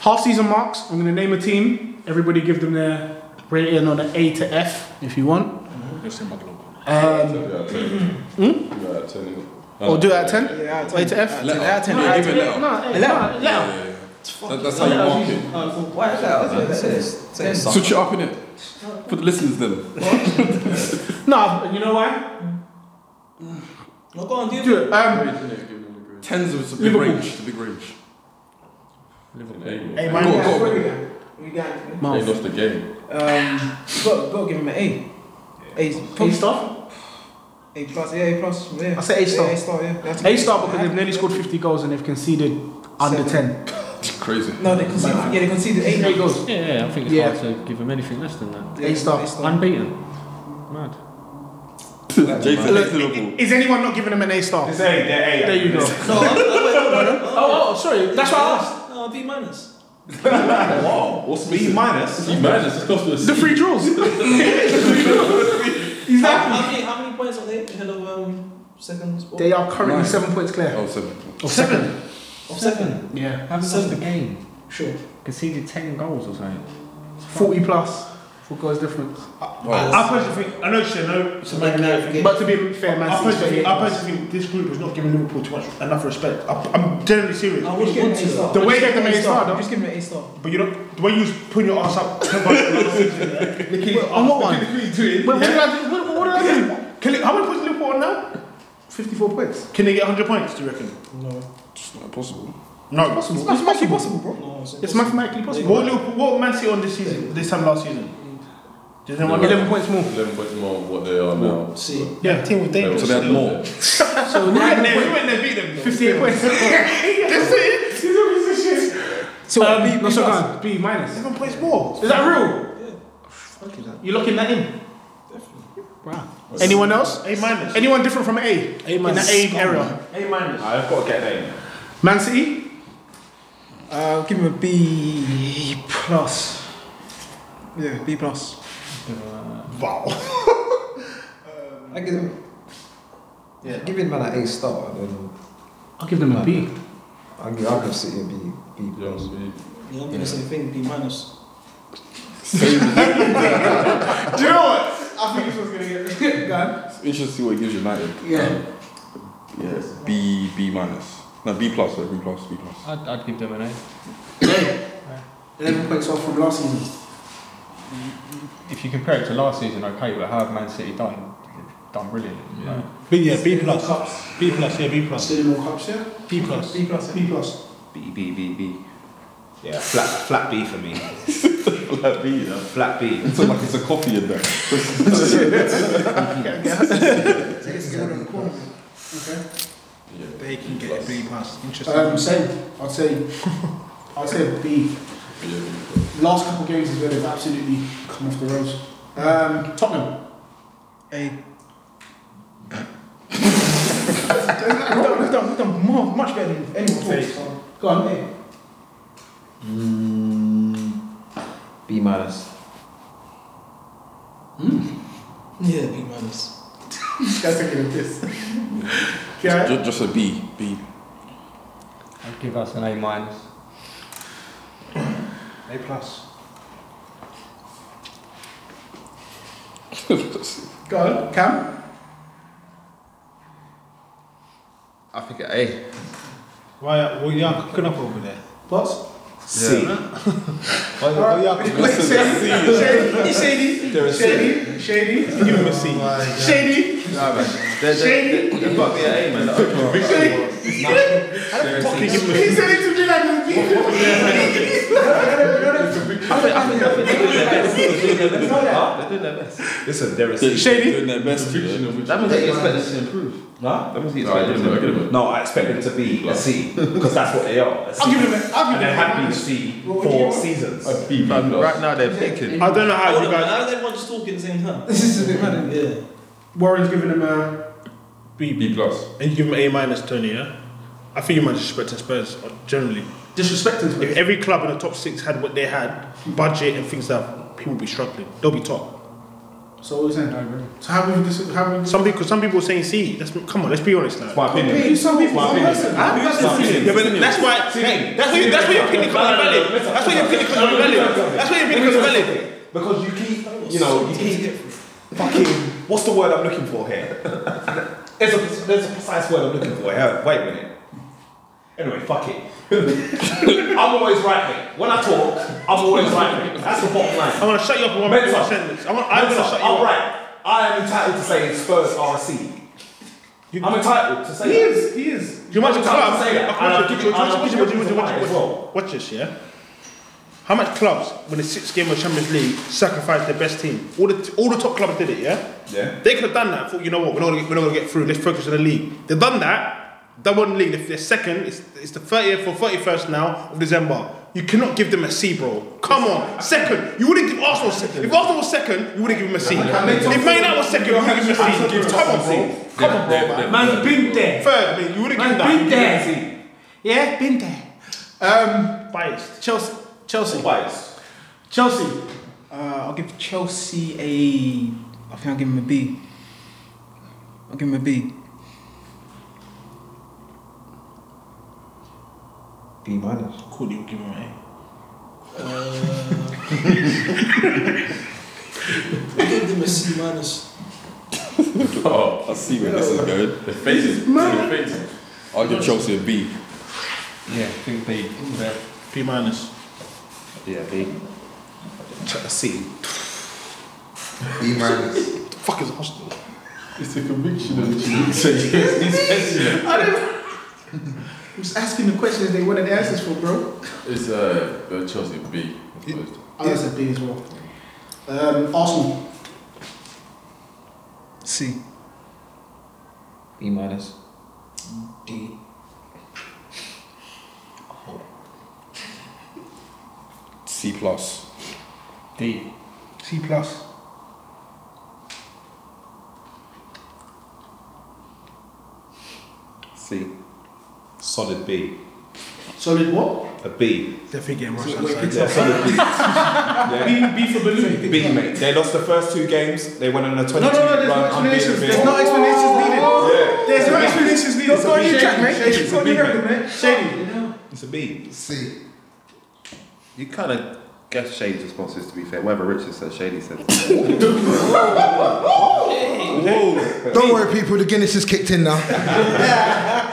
Half season marks. I'm going to name a team. Everybody give them their rating on an A to F if you want. Let's say Magaloma. Um, or do it at 10? Yeah, out of A to F? ten. Out of ten. No, Out A of to ten. give it F. out. No, A, Eleven. no, A. Yeah, That, that's how you mark it. Why is that? That's it. Say it's Switch it up in it. For the listeners then. No, you know why? Well, go on, do Do it. Um, Tens is a big Liverpool. range. It's a big range. A Go, minus. go. We got. Marv. lost the game. Um, got got to give him an A. A, A A, star? A plus, yeah, A plus, yeah. I said A star. Yeah, A star, yeah. That's- A star because they've nearly scored 50 goals and they've conceded under Seven. 10. It's crazy. No, they conceded. Yeah, they conceded eight. Eight goals. Yeah, yeah, I think it's Yeah. hard to give him anything less than that. Yeah, A star. Unbeaten. Mad. Jason Look, hates Liverpool. Is anyone not giving them an A star? It's A, they're A. There you go. No, I, Oh, oh, sorry. That's what I asked. No, B minus. Wow, what's B minus? B minus, it's cost us. The free draws. How, exactly. how, many, how many points are they ahead of um, second spot? They are currently Nine. seven points clear. Oh, seven. Of second. Of second. Yeah. Haven't lost the game. Sure. Conceded 10 goals or something. 40 plus. Four goals difference. Oh. I personally think, I know it's a no, it's a Man United thing. But to be fair, I Man personally, City. think, I personally think this group is not giving Liverpool too much enough respect. I, I'm generally serious. I would want to. The way they give them an A star, though. Just give him an A star. But you know, the way you put your ass up, Liverpool- On what one? Wait, What did I do? What what did I do? Can they- how many points is Liverpool on now? 54 points. Can they get 100 points? Do you reckon? It's not possible. No. It's mathematically possible, bro. No, it's It's mathematically possible. What Liverpool, what Man City on this season? This time last season? Does anyone know? 11 points more. 11 points more than what they are now. See. Yeah, the team was dangerous. So they had more. So We went nine there, we points. went there, beat them. 58 points. So um, B, no, so go on. B minus. Seven points more. Is that real? You locking that in? Definitely. Wow. Anyone else? A minus. Anyone different from A? A minus. In the A area. A minus. I've got to get that in. Man City? Uh, give him a B plus. Yeah, B plus. Uh, Wow. I give him. Yeah, give him man an A star, and then I'll give them a B. I give I can sit here and be be You know what plus. I'm saying? Yeah, I'm going to say thing, B minus. Do you know what? I think this one's gonna get gone. It's interesting to see what it gives United. Yeah. Um, yeah, B, B minus. No, B plus, sorry, B plus, B plus. I'd, I'd give them an A. Eleven points off from last season. If you compare it to last season, okay, but how have Man City done? They've Done brilliant. Like, B, yeah, B plus. B plus, yeah, B plus. Still in more cups, yeah? B plus. B plus. B plus. B, B, B, B. Yeah, flat, flat B for me. Flat B, You know, flat B. It's like it's a coffee in there. They can get a B plus. Interesting. Um same. I'd say I'd say B. Yeah, Last couple of games is where they've absolutely come off the roads. Um, Tottenham. A. We've done, we've done, we've done more, much better than anyone thought. so. Go on, mate. B minus. Yeah, B minus. This guy's taking a piss. Ju- yeah. Just, a B, B. I'd give us an A minus. A plus. Go on, Cam. I think an A. Why, uh, well, you're cooking up over there. What? C. Why, why y'all cooking Wait, Shady. Shady. Shady. Shady. Shady. Give him a C. Shady. Oh Nah, man. They're, they're, they're, they've got to be an A, man. Like, Fucking give him a He said it to me like it was me. they're doing their best. Listen, they're a C. Shady. Doing their best. You know? That means they expect us to improve. Huh? That means they expect us to improve. No, I expect them to be a C because that's what they are. a C. I'll give him a- I'll give and they him a have been a minus. C What would you for want? seasons. A B, B plus. Right now they're picking. I don't know how Hold Ah, you on, man. guys. How is everyone just talking at the same time? This is a bit mad. Yeah. Warren's giving him a. B plus. And you give him an A minus, Tony, yeah? I think you might disrespect Spurs uh, generally. Disrespecting to If every club in the top six had what they had, budget and things like that, people would be struggling. They'll be top. So what are we saying? agree. So how we dis- how we Some people, some people are saying C. That's, come on, let's be honest now. That's my opinion. Please, some people, Well, one opinion. person. Huh? Who's Well, listening? opinion. Yeah, but that's why. Hey, that's where that's where your opinion comes valid. That's where your opinion comes valid. That's where your opinion comes valid. Because you keep, you know, you keep fucking. What's the word I'm looking for here? There's a there's a precise word I'm looking for. here. Wait a minute. Anyway, fuck it. I'm always right, mate. When I talk, I'm always right, mate. That's the bottom line. I'm gonna shut you up in one Mentor. one sentence. I'm, gonna- I'm gonna shut you I'm up. right. I am entitled to say Spurs are a C. I'm entitled to say He that. is, he is. Do you imagine I'm entitled clubs? to say that. And I'll give you- I'll Watch give you a reason why as well. this. Watch this, yeah. How much clubs, when the sixth game of Champions League, sacrificed their best team? All the all the top clubs did it, yeah. Yeah. They could have done that. Thought, you know what? We're not, gonna get, we're not gonna get through. Let's focus on the league. They've done that. They won the league. They're- They're second. It's, it's the thirtieth or thirty-first now of December. You cannot give them a C, bro. Come on, second. You wouldn't give Arsenal. Se- if Arsenal was second, you wouldn't give them a C. If Man United was second, you wouldn't give them a C. Come on, bro. Come on, bro. Man's been there. Third, man, you wouldn't Man's give that. been there. Yeah, been there. Um, Biased. Chelsea, Chelsea, Bias. Chelsea. Uh, I'll give Chelsea a. I think I'll give him a B. I'll give him a B. B minus. Cool, you give him an I gave them a C minus. Oh, I see where this is going. The faces. The faces. I'll give Chelsea a B. Yeah, I think they. they're- A. P minus. Yeah, B. A C. B minus. The fuck is Arsenal? It's a conviction that you say yes. He's hesitant. I don't. I'm just asking the questions they wanted answers for, bro. It's uh, uh, Chelsea B. Oh, that's a B as well. Um, Arsenal. C. B minus. D. C plus. D. C plus. C. Solid B. Solid what? A B. Definitely getting rushed Yeah, solid B. yeah. B, B for balloon. B, mate. They lost the first two games. They went on a No, 22 no, no, there's no run explanations. There's unbeaten. no explanations needed. Yeah. There's no explanations needed. Don't go on your track, mate. Shady, Don't go on your record, mate. Shady. It's a B. C. You kind of guess Shady's responses, to be fair. Whether Richard said, Shady said. B. Don't worry, people. The Guinness is kicked in now.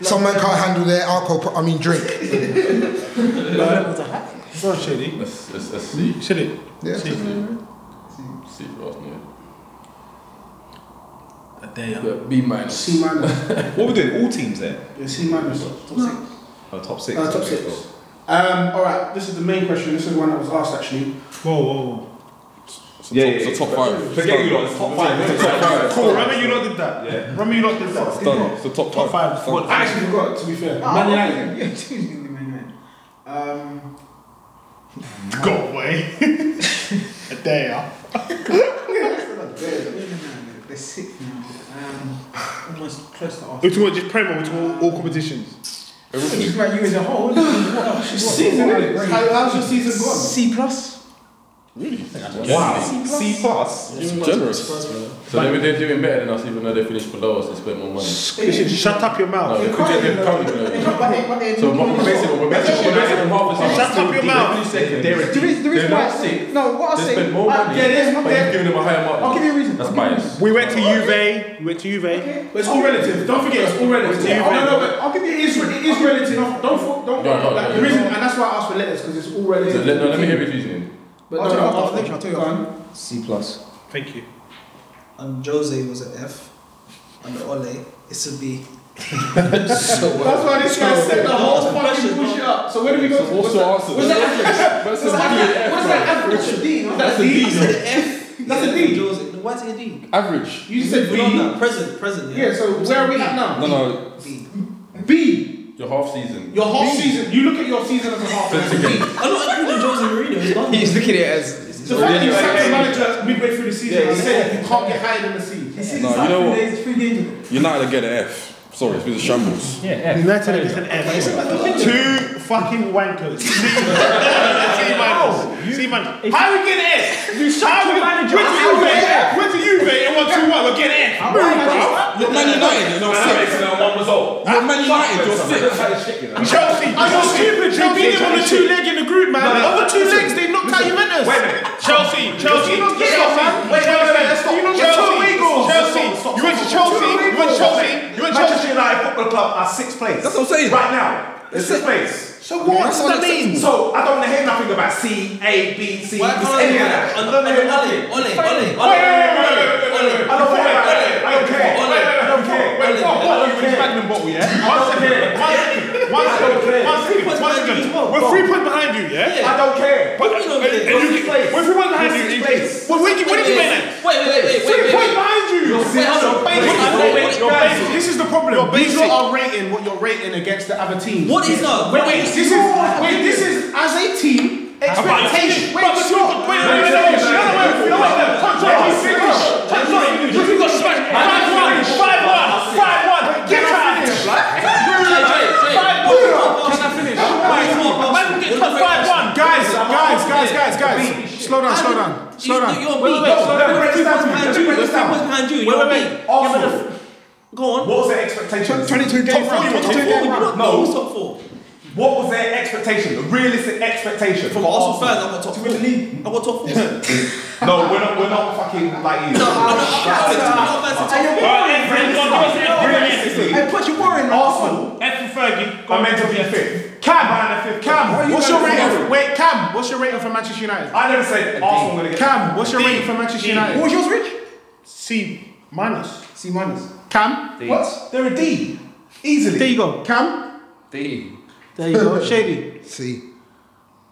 Some men can't handle their alcohol. pro- I mean, drink. Go on, Shady. That's, that's, that's C. You said it. Yeah. C. C for Arsenal. Yeah, B minus. C minus. What we doing? All teams there. Yeah, C minus. Oh, top six. Uh, top six. Um, all right, this is the main question. This is the one that was asked actually. Whoa, whoa, whoa. It's a Yeah, top, yeah, It's a top five. Forget you lot. It's top five. It's top five. Cool, remember you lot did that. Yeah. Remember you lot did that. It's done. It's a top, Top five. five. What? I actually forgot. To be fair, Man United. Yeah, excuse me, Man United. Um, Go away. There you are. they're sixth now. Um, almost close to We're Arsenal. talking about just Premier, we're talking about all competitions. Just about you as a whole. isn't it? What else? What- Season, what- innit? How, how's your season gone? C plus. Wow. C plus. It's generous. So they, were- they're doing better than us, even though they finished below us and spent more money. Listen, shut up your No, mouth. they're currently below us. uh, So we're we're basically we're basically we're basically half as Shut much. up your mouth. They're a The reason, the They're reason why. not six. No, what I They say. spend more Uh, I- money. yeah, there's But you're giving them a higher mark. I'll give you a reason. That's I'll give you- bias. We went to Juve. We went to Juve. But it's all relative. Don't forget, it's all relative. Oh, Yeah, no, no, right. but I'll give you it is, it is relative. Don't don't don't. No, no, like, no, the no. reason, and that's why I asked for letters because it's all relative. So let, no, let me hear his reasoning. But I'll no, tell you no, after, I'll tell you, I'll tell you go after. on. C plus. Thank you. And Jose was an F. And Ole, it's a B. That's why this guy set the whole fucking bullshit up. So where do we go? What's your answer? What's that? That's What's that? What's that? Average a D. That's a D. That's a D. Jose. What's a D? Average. You said We're on B. that. Present, present. Yeah. So where are we at now? No, no, B. B. your half season. Your whole season. You look at your season as a half. Sense again. I'm not including Jose Mourinho. It's not He's looking at it as The fact that you sacked the manager midway through the season and said you can't get higher than the C. No, you know what? It's three games ago. United will get an F. Sorry, it's been a shambles. Yeah, F. United is an F. Two fucking wankers. C minus. C minus. How we get an F? You shot your manager. Went to Juve. Went to Juve and won 2 1. We're getting F. You're Man United, you know, six. one result. You're Man United, you're six. Chelsea. I got stupid. Chelsea beat them on the two leg in the group, man. No, no, Over two legs, they knocked out Juventus. Wait a minute. Chelsea. Chelsea. you not get it, Chelsea, man? Wait, Chelsea, wait, wait, let's stop. you not get Chelsea, two eagles. stop, Chelsea. stop, stop, You went to stop, stop. Chelsea. You went to Chelsea. You went to Chelsea. Manchester United Football Club are sixth place. That's what I'm saying. Right now, it's sixth place. So what does that mean? So I don't want to hear nothing about C, A, B, C, Why it's can't you- any of that. I Ole, don't want to hear nothing. Ole, Ole, Ole, Wait, wait, wait, wait, wait, wait, wait. Ole, I don't care. Ole, I don't care. Ole, I don't care. Wait, Wait, what? what? What? What? With his magnum bottle, yeah? One second. One second. One second. One second. One second. We're three points behind you, yeah? I don't care. But, and, and you, we're three points behind you. you- Well, where, where did you make that? Three points behind you. Wait, Your base- wait, your wait, base- your guys, base- This is the problem. Your These basic. lot are rating what you're rating against the other teams. What is that? Wait, wait, this is wait, this is as a team expectation. Wait, stop. Wait, wait, wait, wait, wait, no, wait, wait, wait, wait, touch on, finish, touch on, you got smashed, 5-1, 5-1, 5-1, get out. Guys, guys, guys, guys, guys, slow down, slow down, slow down. Arsenal. What was their expectation? 22 games, Top four, you want top 22 four? games. What was their expectation? The realistic expectation From Arsenal fans, I got top to win the league. I want top four. No, No, we're not. We're not fucking like you. I don't. I don't. I don't. Realistically, Hey, put your war in. Arsenal F for Fergie, are meant to be fifth. Cam, Fifth. Cam, what's your rating? Wait, Cam, what's your rating for Manchester United? I never said Arsenal were gonna get. Cam, what's your rating for Manchester United? was yours, Rich? C minus. C minus. Cam, What? They're a D. Easily. there you go. Cam, D. There you go. Shady. See.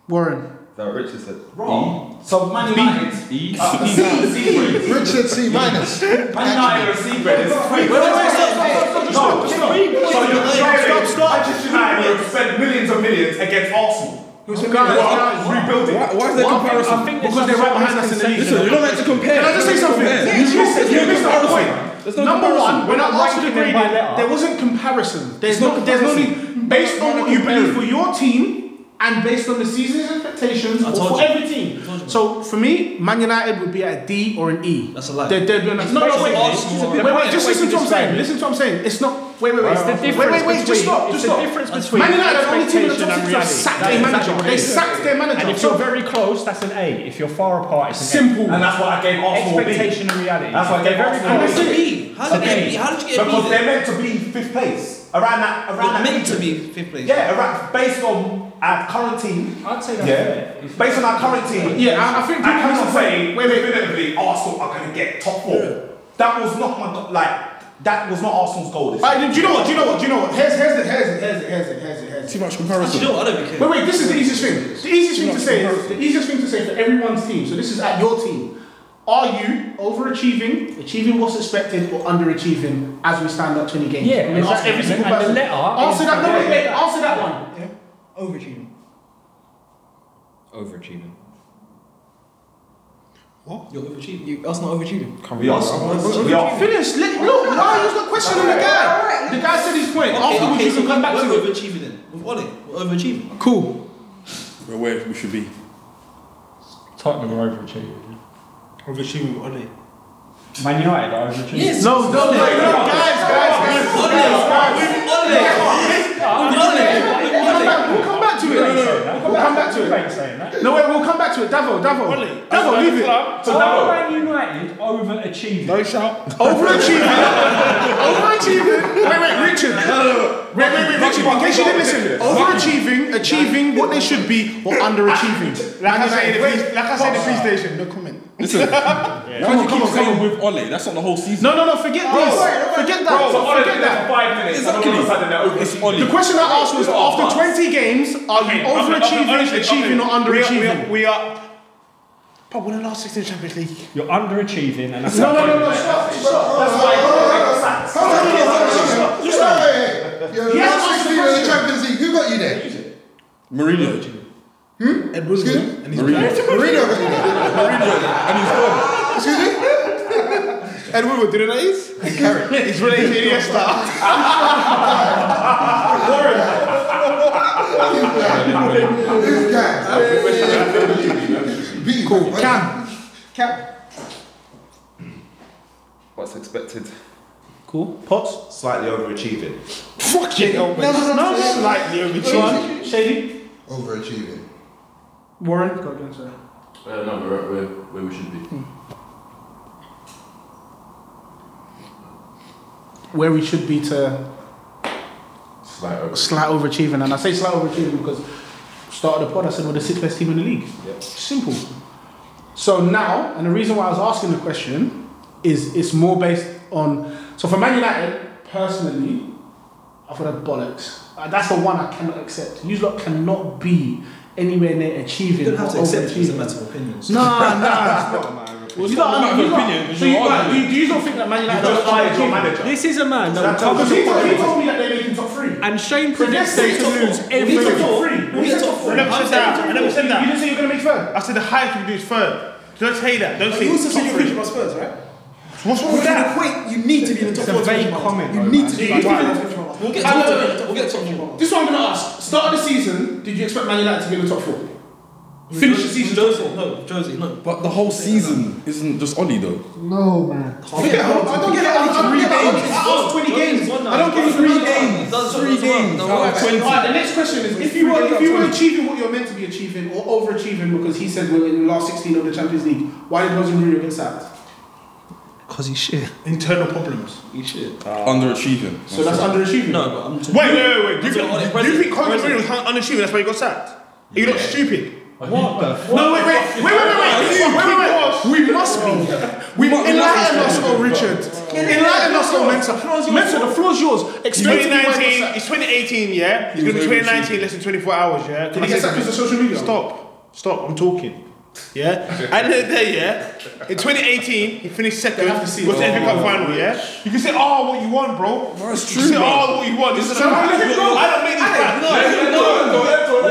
Warren. No, Richard said. Wrong. So Man United. E. Uh, C. C. grade. Richard C minus. Man United are a C grade. It's free. No, stop. So you're comparing Manchester United who spent millions and millions against Arsenal. Guys, Who guys. are rebuilding. Why is there comparison? Because they're right behind us in the league. Listen, you're not meant to compare. can I just say something? Compare. You missed- you missed the whole point. There's no Number comparison. one, when I asked you the them by grading, letter. there wasn't comparison. There's no there's only comparison. based on Not what you believe comparing. for your team and based on the season's expectations or for every team. So for me, Man United would be at a D or an E. That's a lie. They're, they're doing that. No, no, wait, wait, wait, wait, just listen to what I'm saying. Listen to what I'm saying. It's not. Wait, wait, wait. It's the Wait, difference wait, wait. Just between- stop. it's Just the stop. difference between Man United are the only team in the expectation top and six reality. that sacked That their is manager. exactly what it They is. sacked their manager. And if So you're very close, that's an A. If you're far apart, it's an simple. And that's why I gave A. Arsenal a B. Expectation and reality. That's why I They're gave very Arsenal a close. B. How did you get B? How did you get B? Because they're meant to be fifth place. Around that, around that meant to region. be fifth place. Yeah, around, based on our current team. I'd say that's Yeah. Based on our current team. Yeah, I- I think I people cannot miss the say point. Wait, wait. definitively Arsenal are going to get top four. That was not my go- like. That was not Arsenal's goal. This Alright, do you know what? Do you know what? Do you know what? Here's here's it. Here's it. Here's it. Here's it. Here's it. Here's it. Too much Do you comparison. know what? I don't care. Wait, wait, this is the easiest thing. The easiest thing to say is the easiest thing to say for everyone's team, so this is at your team. Are you overachieving, achieving what's expected, or underachieving as we stand at 20 games? Yeah, I'm gonna ask exactly. every single And the person. letter answer is- that. No, wait, wait, answer that one. Yeah. Overachieving. Overachieving. You're overachieving. You, that's not overachieving. We are. We are. Finish. Let, look, no, he's not questioning the guy. The guy said his point. Afterwards, you can come back to we're it. overachieving then. With Ole, we're overachieving. Cool. We're where we should be. Tottenham are overachieving. Overachieving, are they? Man United are overachieving. Yes. No, no, no, no, guys, guys, guys. Ole, Ole, Ole, Ole. We'll come back to it. We'll come back to it. You ain't saying that. No, wait, we'll come back to it. Davo, Davo. Davo, leave it. Are Man United overachieving? No shout. Overachieving. Overachieving. Wait, wait, Richard. Wait, wait, wait, Richard. In case you didn't listen. Overachieving, achieving what they should be, or underachieving. Like I said, wait, like I said, the police station. No comment. Listen, Come on, you come keep on, come on. saying with Ole. That's not the whole season. No, no, no. Forget this. Forget that. So Ole forget did that that. for five minutes. and all of a sudden they're over. It's Ole. The question I asked was: You are After 20 games, are you overachieving, achieving, or underachieving? We are. But we're the last 16 Champions League. You're underachieving, and that's No, no, no, no. Stop. Stop. That's why Ole got sacked. Yes, I'm Yes, Champions League. Who got you there? Mourinho. Edwards good. Mourinho. Mourinho got you there. And he's gone. And we were doing that is? He's related to Iniesta. Warren, This guy. Beat cool. Cam. Cap. What's expected? Cool. Pots? Slightly overachieving. Fuck it. No, No, no, no, no, no. Slightly Go overachieving. on. Shady? Overachieving. Warren? Go again, sir. Uh, no, we're at where, where we should be. Where we should be to Slight over. slight overachieving. And I say slight overachieving because start of the pod, I said we're the sixth best team in the league. Yep. Simple. So now, and the reason why I was asking the question is it's more based on. So for Man United, personally, I thought that bollocks. Uh, that's the one I cannot accept. You lot cannot be anywhere near achieving. You don't have or to accept it. It's a overachieving. matter of opinions. No, no. You don't not you an don't- opinion, it's so you your don't- argument. do you- do you not think that Man United You just are fired your overachieving? manager. This is a man that That tells he you told, what he it is. told me that they're making top three. And Shane Predicts predicts them to lose every We said week. top three. We said top three. I never said that. I never said You that. didn't say you were going to make third. I said the highest we can do is third. Don't say that. Don't say You also said top you're three. thinking about Spurs, right? What's wrong with We're that? gonna Wait, you need to be in the top It's a four. to vague win the comment, You though, need man. to be in Like, the why? top four. We'll get I know, top no, four. We'll get top four. This is what I'm going to ask. Start of the season, did you expect Man United to be in the top four? Finish the season. top Josie, four. no, Josie, no. But the whole season isn't just Ollie though. No, man. I don't get it. I don't get it. I asked 20 games. I don't give you three games. Three games. Alright, the next question is if you were if you were achieving what you're meant to be achieving or overachieving because he said we're in the last 16 of the Champions League, why did Rosen Rudy get sacked? Cause he's shit. Internal problems. He's shit. Underachieving. So that's underachieving. No, but I'm. Wait, wait, wait, wait. You, That's what- think, you think Conor Murray was un- unassuming? That's why he got sacked. Are you not stupid? What the f? No, wait, wait, wait, wait, wait, wait, wait, wait, wait. We must be. We enlighten us, oh Richard. Enlighten us, oh Mensa. Mensa, the floor's yours. Explain to me why he got sacked. 2019. It's 2018, yeah. It's gonna be 2019, less than 24 hours, yeah. Did he get sacked because of social media? Stop, stop. I'm talking. Yeah. At the end of the day, yeah. In 2018, he finished second. They have to see was it. the FA Cup final, yeah. You can say, oh, what you won, bro. That's You say, oh, what you won. This is I don't make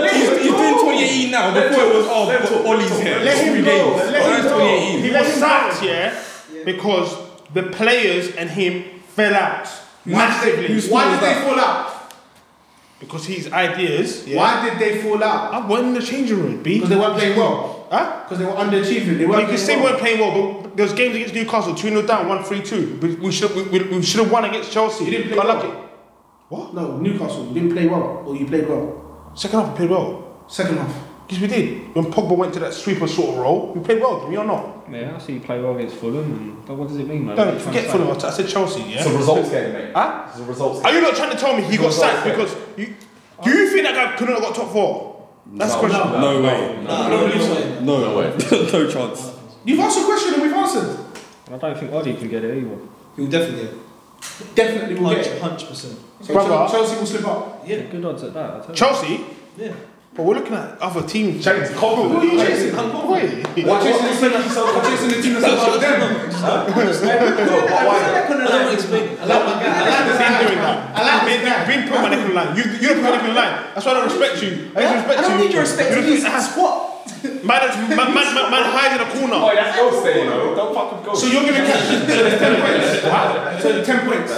this crap. He's doing 2018 now. Before it was oh, but Ollie's here. Let him Three go. games. Let Oh, him that's go. 2018. He was sacked, yeah, because the players and him fell out massively. Who's- Why did they fall out? Because his ideas. Yeah. Why did they fall out? I won the changing room, B. Because they weren't playing well. Huh? Because they were underachieving. They Well, weren't you can say playing we well. weren't playing well, but there was games against Newcastle, 2 0 down, 1 3 2. We, we should we, we should have won against Chelsea. You didn't play Got well. lucky. No, Newcastle, you didn't play well, or you played well. Second half, we played well. Second half. Because we did. When Pogba went to that sweeper sort of role, we played well, did we or not? Yeah, I see you play well against Fulham. And but what does it mean, man? Don't forget Fulham. I said Chelsea, yeah? It's a results game, mate. Huh? It's a results Are game. you not trying to tell me he got Results sacked game. because you. Do you think that guy could not have got top four? That's the question. No way. I don't believe so. No, No way. no chance. You've asked a question and we've answered. I don't think Ollie can get it either. He'll definitely get Definitely will get it. it. Hundred percent. So Brother. Chelsea will slip up. Yeah. Good odds at that. I tell you. Chelsea? Yeah. But we're looking at other teams. James Coburn. Who are you chasing? Wait. We're chasing the team that's we're chasing the team that's above them. I don't explain it. I like my guy. I like I've been doing that. I've been, been putting my neck on the line. You, you don't put my neck on the line. That's why I don't respect you. I don't respect I don't you. need your respect. You I don't need think- some squat. Man, that's- man, man, man, man hides in a corner. Oh, that's Ghost you know. Don't fuck with Ghost. So you're giving Cash 10 points. So 10 points.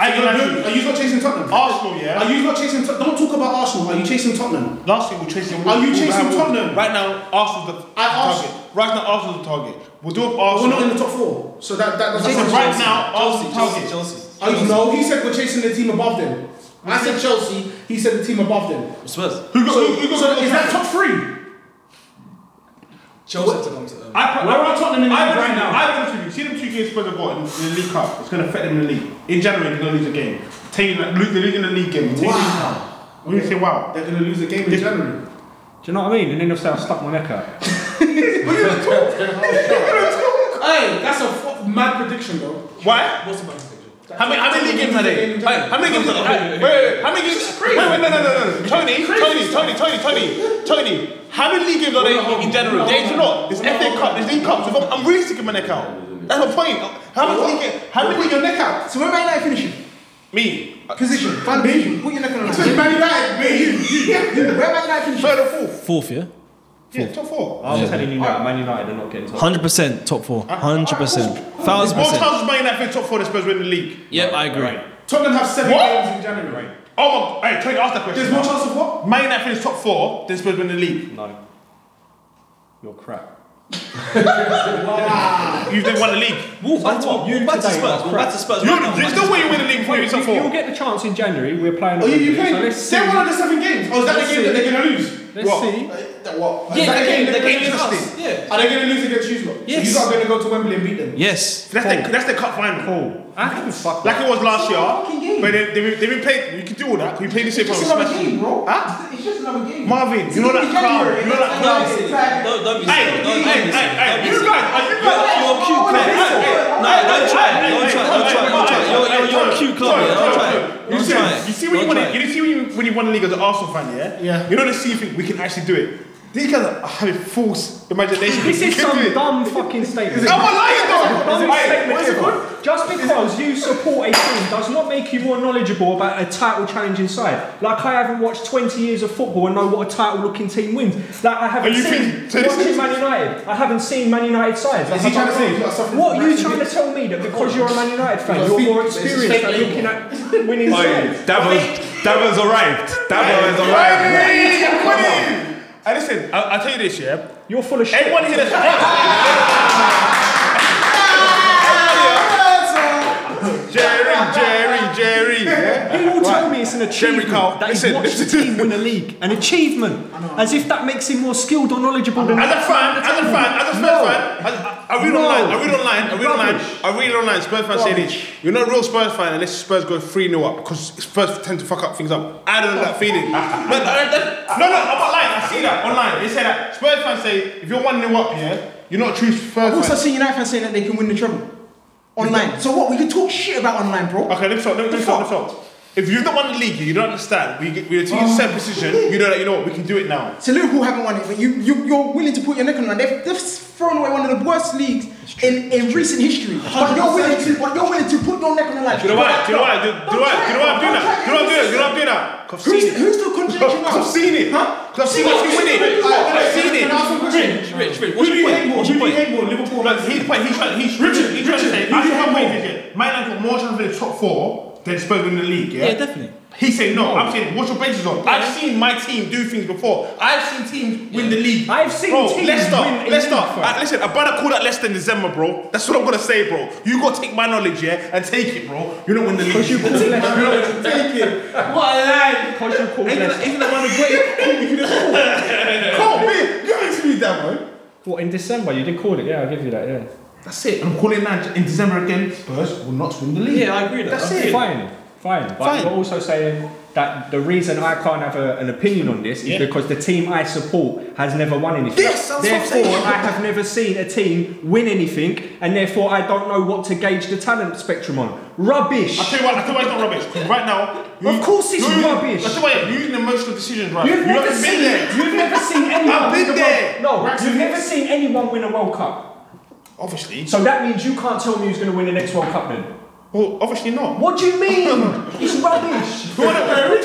I ain't gonna lie Are to you. you not chasing Tottenham? Arsenal, Are yeah. you not chasing Tottenham? Don't talk about Arsenal. Are you chasing Tottenham? Last week we chased him. Are you We chasing had- Tottenham? Right now, Arsenal's the I asked- target. Right now, Arsenal's the target. We'll do up We're Arsenal. not in the top four. So that, that I doesn't said right now, Arsenal's the target. Chelsea. Are you, no, he said we're chasing the team above them. I said Chelsea, he said the team above them. Spurs. Who got, So, who, who got so is that top three? Chelsea have to come to earth. I, Where are Tottenham in the I league right now? I agree with you. See them two games Spurs have got in the League Cup. It's going to affect them in the league. In January, they're going to lose a game. Taking like, lo- they're losing the league game. Taking Wow. When you say wow, They're going to lose a game in January. Do you know what I mean? And then they'll say I stuck my neck out. Hey, that's a f- mad prediction though. why? What's the man's prediction? How many, how many league games are they? Hey, Hey, how many games? Hey, wait, wait, wait, how many games? Wait, wait, no, no, no, no. Tony, Tony, Tony, Tony, Tony, Tony. How many league games are they in, in January? They ain't not. There's FA Cup, there's League Cups. If I'm, I'm really sticking my neck out. That's my point. How many league games? How many? Put your neck out. So where Man United finishing? Me. Position. Fan position. Put your neck on the line. Between Man United, me, you, you. Where Man United finishing? Third or fourth? Fourth, yeah. Yeah, top four. I'm telling you now, Man United are not getting top. Hundred percent top four. Hundred percent. There's Thousand more percent. chances Man United being top four than Spurs winning the league. Yep, I agree. Tottenham have seven What? games in January. Oh my! Hey, Craig asked that question. There's more chance of what? Man United finished top four. Then Spurs win the league. No. You're crap. You've then won the league. We'll batter, we'll batter Spurs, we'll batter Spurs. You, Right now, there's batter no way you Spurs. win the league before you Wait, top you- four. you'll get the chance in January. We're playing. Oh, you- you Wembley, playing? So let's They see. won under seven games. Oh, is that the Let's game that see. they're gonna lose? Let's What? see. That what? Yeah, Is that the the game- game the they're game gonna against lose? us. Yeah. Are they gonna lose against you? lot? Yes. So you lot are gonna go to Wembley and beat them. Yes. That's the, that's the cup final. I haven't fucked Like it was last year, game. but they, they, they've been playing. You can do all that. We played this year for It's just another smash. game, bro. Huh? It's just another game. Marvin, It's you know gonna be that clown. January. You know that It's clown. gonna be January. Don't- don't be Hey, silly. Don't- hey, don't be hey, silly. hey, Don't be you silly. guys, are you You're- guys? you're cute, man. Hey, hey, hey, No, hey, hey, don't try it. hey, hey, hey, Don't try it. Don't hey, try it. hey, Don't try it. hey, You're- hey, you're- you're a hey, cute hey, club, hey, yeah. Don't hey, try it. hey, Don't you see- try it. You see when you Don't won try it. it. You see when you when you won the league as an Arsenal fan, yeah? Yeah. You know the see you think we can actually do it. These guys are having false imagination. This We is can do some it. dumb fucking statement. Am I lying, though? Dumb Is it- statement what is it ever. Just because you support a team does not make you more knowledgeable about a title challenge inside. Like I haven't watched 20 years of football and know what a title looking team wins. Like I haven't Are you seen thinking- watching Man United. I haven't seen Man United sides. Is he trying to say he's not suffering What from are you racism? trying to tell me that because you're a Man United fan, Because you're he- more it's a experienced statement. at looking at winning sides? Davos, Davos arrived. Davos Hey, what Come on. is- Hey, listen, I- I'll tell you this, yeah? You're full of shit. Everyone here that's. Jerry, Jerry, Jerry. He will tell me it's an achievement that he's watched a team win a league. An achievement. As if that makes him more skilled or knowledgeable than As a fan, as a fan, as a Spurs No. fan, I- I I read No. online, I read online, I read online, Rubbish. I read online. Spurs fans say this: you're not a real Spurs fan unless Spurs go three 0 up because Spurs tend to fuck up things up. I don't know that feeling. no, no, that- no, no, I'm not lying. I see that online. They say that Spurs fans say if you're one 0 up here, you're not a true Spurs. I've also fan. seen United fans saying that they can win the treble online. So what? We can talk shit about online, bro. Okay, let me talk. Let me talk. Let me talk. If you've not won the league, you don't understand. We get, we're a team in Oh. set position. You know that. You know what? We can do it now. So Liverpool haven't won it, but you, you you're willing to put your neck on the line. They've, they've thrown away one of the worst leagues in, in recent history. But you're willing to but you're willing to put your neck on the line. Do you know why? Do you know why? Do, do, do, do, do, do, why I'm doing that? Do you know why I'm doing that? Do you know why I'm doing that? 'Cause I've seen Who's, it. who's the contradiction? I've seen it. Because I've seen what you win it. I've seen it. Rich, Rich, Rich. Who do you hate more? Who do you hate more? Liverpool. Like, he's playing. He's trying. He's Richard. He's trying to say. I have my vision. Man, I've got more chances in the top four than Spurs in the league. Yeah. Yeah, definitely. He said no. I'm saying what's your basis on? I've seen my team do things before. I've seen teams win the league. I've seen bro, teams Leicester, win a Leicester. league, bro. uh, listen, I better call that Leicester in December, bro. That's what I'm gonna say, bro. You gotta take my knowledge, yeah, and take it, bro. You don't win the league. Because you called Take my Leicester. knowledge, Take it. What a lie. Because you called Leicester. Even the one of great. Call me. Give it to me, that one. What in December you did call it? Yeah, I'll give you that. Yeah. That's it. I'm calling that in December again. Spurs will not win the league. Yeah, I agree with that. That's I agree. it. Fine, fine. But Fine. you're also saying that the reason I can't have a, an opinion on this is Yeah. because the team I support has never won anything. Yes, that's what I'm therefore, saying. I have never seen a team win anything, and therefore I don't know what to gauge the talent spectrum on. Rubbish. I tell you what, I tell you why it's not rubbish. 'cause right now, Of course it's you're- rubbish. I tell you why you're using emotional decisions, right? You've You never haven't seen been there. You've never seen anyone. I've been win the there. World, no, Right, you've so- never seen anyone win a World Cup. Obviously. So that means you can't tell me who's going to win the next World Cup then. Well, obviously not. What do you mean? it's rubbish. Who won the World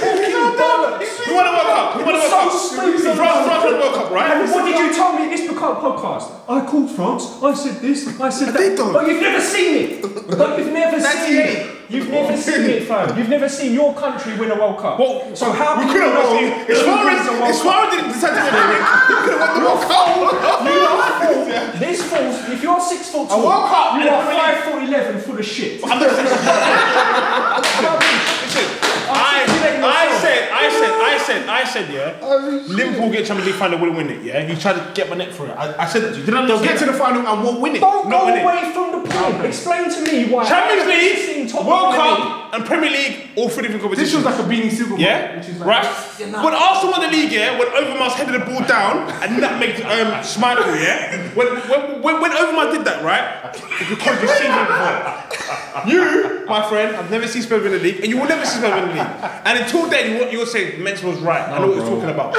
Cup? Who won the World Cup? Who won the World Cup? France, France won the World Cup, And right? what did you tell me in this Picard podcast? I called France, I said this, I said that. But you've never seen it! But you've never seen it. it! You've never seen it, fam. You've never seen your country win a World Cup. Well, so how we can could you have know won. If who wins Suarez, a World if Suarez didn't decide to win the league, we could have won the World Cup. You lot fool. This falls. If you're six foot tall, World Cup you and are a five foot eleven, full of shit. I'm not saying- Rubbish. Listen, I, I said, I said, I said, I said, yeah. Liverpool get Champions League final, will win it. Yeah, you tried to get my neck for it. I, I said that to you. Did I not They'll say get to that? the final and won't win it. Don't Not go winning. away from the point. Explain to me why. Champions I've League, seen top World winning. Cup, and Premier League, all three different competitions. This was like a beating Super Bowl. Yeah, Which is like, right. When Arsenal won the league, yeah, when Overmars headed the ball down and that makes um Schmeichel, yeah. When when when, when Overmars did that, right? it's Because you've seen him before. You, my friend, I've never seen Spurs win the league, and you will never see Spurs win the league. And until then, you you'll say Mensch was right. I know what he's Oh, talking about.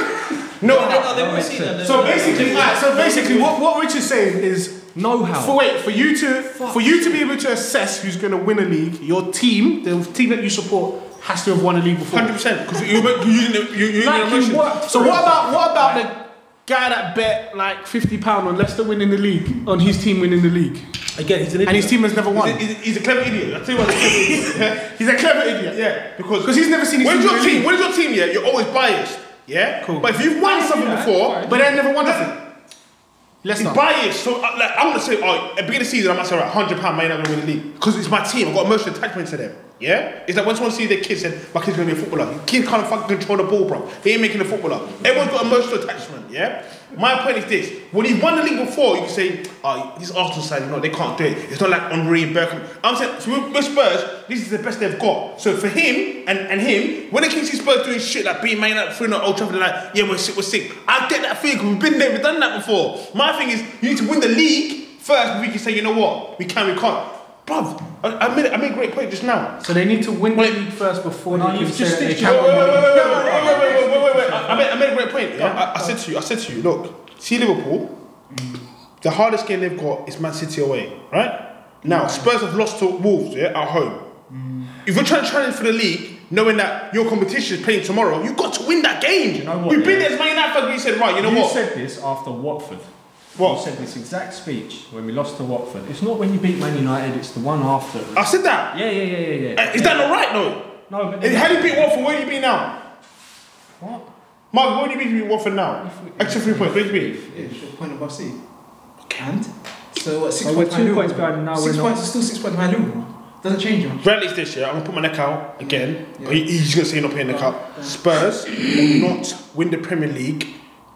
No, No, no, no, they won't see that. So basically, alright, so basically, what, what Rich is saying is, Know how. for wait, for you to for you to be able to assess who's going to win a league, your team, the team that you support, has to have won a league before. hundred percent. Because you you you you you Like, you emotions. worked so what about what about the guy that bet like fifty pound on Leicester winning the league on his team winning the league? Again, he's an idiot. And his team has never won. He's a, he's a clever idiot. I tell you what, he's a clever idiot. He's a clever idiot. Yeah, because Because he's never seen his When's team your win. team? When's your team? Yeah, you're always biased. Yeah, cool. But if you've won something before, But they never won nothing. Let's not. biased. So uh, like, I'm gonna say, oh, at the beginning of the season, I might say, right, hundred pound, man, I'm gonna win the league because it's my team. I've got emotional attachment to them. Yeah, it's like when someone sees their kid saying, my kid's gonna be a footballer. Your kid can't fucking control the ball, bro. They ain't making a footballer. Everyone's got emotional attachment. Yeah. My point is this: when he won the league before, you can say, oh, this Arsenal side, you know, they can't do it. It's not like Henri and Beckham. I'm saying, so with- with Spurs, this is the best they've got. So for him and, and him, when they can see Spurs doing shit like being Man United through Old Trafford, they're like, yeah, we're sick, we're sick. I get that feeling 'cause we've been there, we've done that before. My thing is, you need to win the league first. We can say, you know what, we can, we can't. Bruv, I, I made I made a great point just now. So they need to win the league first before they can say that they Wait, wait, can't wait, wait, win. wait, wait, wait, wait, wait, wait, wait, wait. I I made, I made a great point. I, I, I said to you, I said to you, look, see Liverpool, the hardest game they've got is Man City away, right? Now, Spurs have lost to Wolves, yeah, at home. Mm. If you're trying to challenge for the league, knowing that your competition is playing tomorrow, you've got to win that game. know what, We've been yeah? there as Man United fans, we said, right, you know you what? said this after Watford. What? You said this exact speech when we lost to Watford. It's not when you beat Man United, it's the one after. I said that. Yeah, yeah, yeah, yeah, yeah. Uh, Is that not right, though? No, but And how do you beat Watford? Where do you beat now? What? Mark, where do you beat- beat Watford now? Extra three points, where do you beat? Yeah, short point above C. Can't. So what, six Oh, we're points behind two points Liverpool. behind and now Six we're points not. is still six points behind Liverpool. Doesn't change much. Bradley's this year. I'm gonna put my neck out again. He- He's gonna say you're not playing the cup. Spurs will not win the Premier League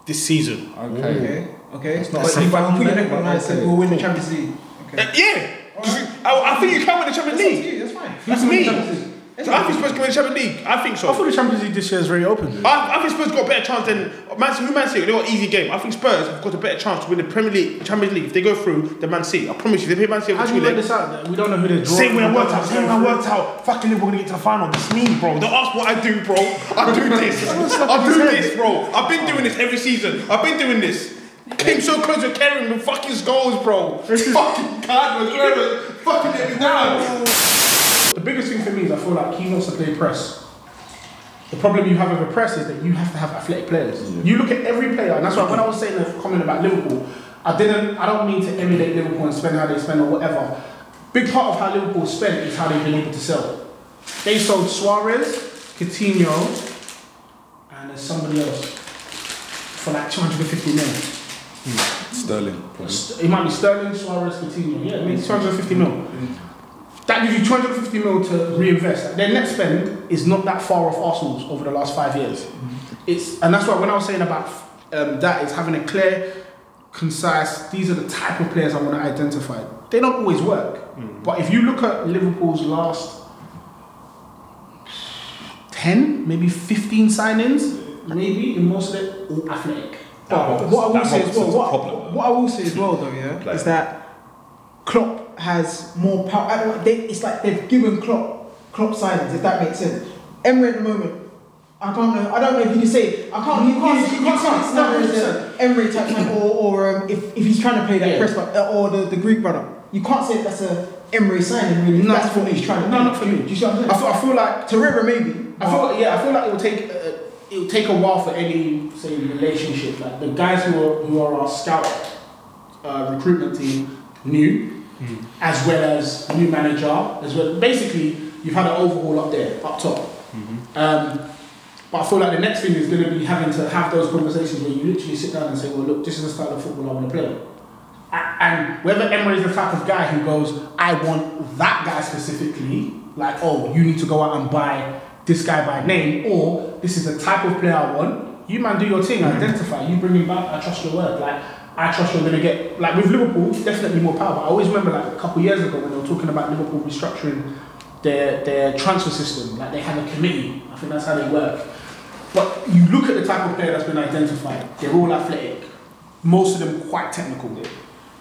this season. Okay. Okay. That's not but a- if I put your neck Okay. on and say we'll win the Champions League. Uh, yeah, I, I think you can win the Champions League. That's fine. That's Who's me. gonna win the Champions League? So I think Spurs can win the Champions League. I think so. I thought the Champions League this year is very open. dude. I, I think Spurs got a better chance than Man City. Who Man City? They got an easy game. I think Spurs have got a better chance to win the Premier League, Champions League if they go through the Man City. I promise you, if they play Man City. How do over you two work legs- this out? then? We don't know who they're drawing. Same way I worked out, same way I worked out. Fucking Liverpool gonna get to the final. It's me, bro. Don't ask what I do, bro. I do this. I do this, bro. I've been doing this every season. I've been doing this. Came so close to carrying the fucking goals, bro. fucking God, was clever. Fucking it down. The biggest thing for me is I feel like he wants to play press. The problem you have with a press is that you have to have athletic players. You look at every player, and that's why when I was saying the comment about Liverpool, I didn't. I don't mean to emulate Liverpool and spend how they spend or whatever. Big part of how Liverpool spent is how they've been able to sell. They sold Suarez, Coutinho, and there's somebody else for like 250 million. Sterling. probably. It might be Sterling, Suarez, Coutinho. Yeah, I mean, 250 mil. That gives you 250 mil to reinvest. Like, Their net spend is not that far off Arsenal's over the last five years. It's and that's why when I was saying about um, that is having a clear, concise. These are the type of players I want to identify. They don't always work, but if you look at Liverpool's last ten, maybe fifteen signings, maybe in most of it, all athletic. But what I will That say as well, Robertson's a what, problem. what I will say as well though, yeah, Player. is that Klopp has more power. I don't- They, it's like they've given Klopp Klopp silence, if that makes sense. Emery at the moment, I can't know. I don't know if you can say. I can't. You can't. You can't. say Emery is a Emery type man, or or um, if if he's trying to play that Yeah. press, but or the, the Greek brother, you can't say that's a Emery signing. Really, No, that's what he's trying to. no, do. not for me. Do you see what I'm saying? I feel, I feel like Torreira maybe. I feel like, yeah, I feel like it will take uh, it will take a while for any say relationship. Like the guys who are who are our scout uh, recruitment team, new, as well as new manager, as well. Basically, you've had an overhaul up there, up top. Um, but I feel like the next thing is going to be having to have those conversations where you literally sit down and say, well, look, this is the style of football I want to play. A- And whether Emery is the type of guy who goes, I want that guy specifically, like, oh, you need to go out and buy this guy by name, or this is the type of player I want, you man do your thing, identify, you bring him back, I trust your word. Like, I trust you're going to get, like with Liverpool, definitely more power. But I always remember like a couple years ago when they were talking about Liverpool restructuring their, their transfer system, like they have a committee, I think that's how they work. But you look at the type of player that's been identified, they're all athletic, most of them quite technical.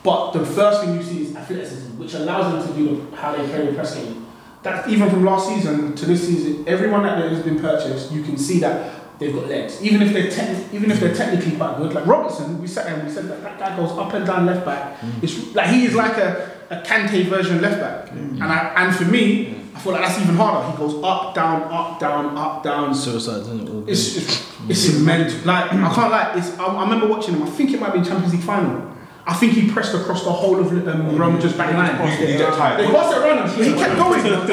But the first thing you see is athleticism, which allows them to do the, how they play the press game. That even from last season to this season, everyone that has been purchased, you can see that they've got legs. Even if they're techni- even if they're technically quite good, like Robertson, we sat there and we said that that guy goes up and down left back. It's like he is like a, a Kante version left back. And I, and for me, I feel like that's even harder. He goes up, down, up, down, up, down. Suicide, isn't it? It's it's, it's immense. Like I can't like. It's I, I remember watching him. I think it might be Champions League final. I think he pressed across the whole of um, Real Madrid's back line. You- you get tired. They passed it around him. He kept going. He kept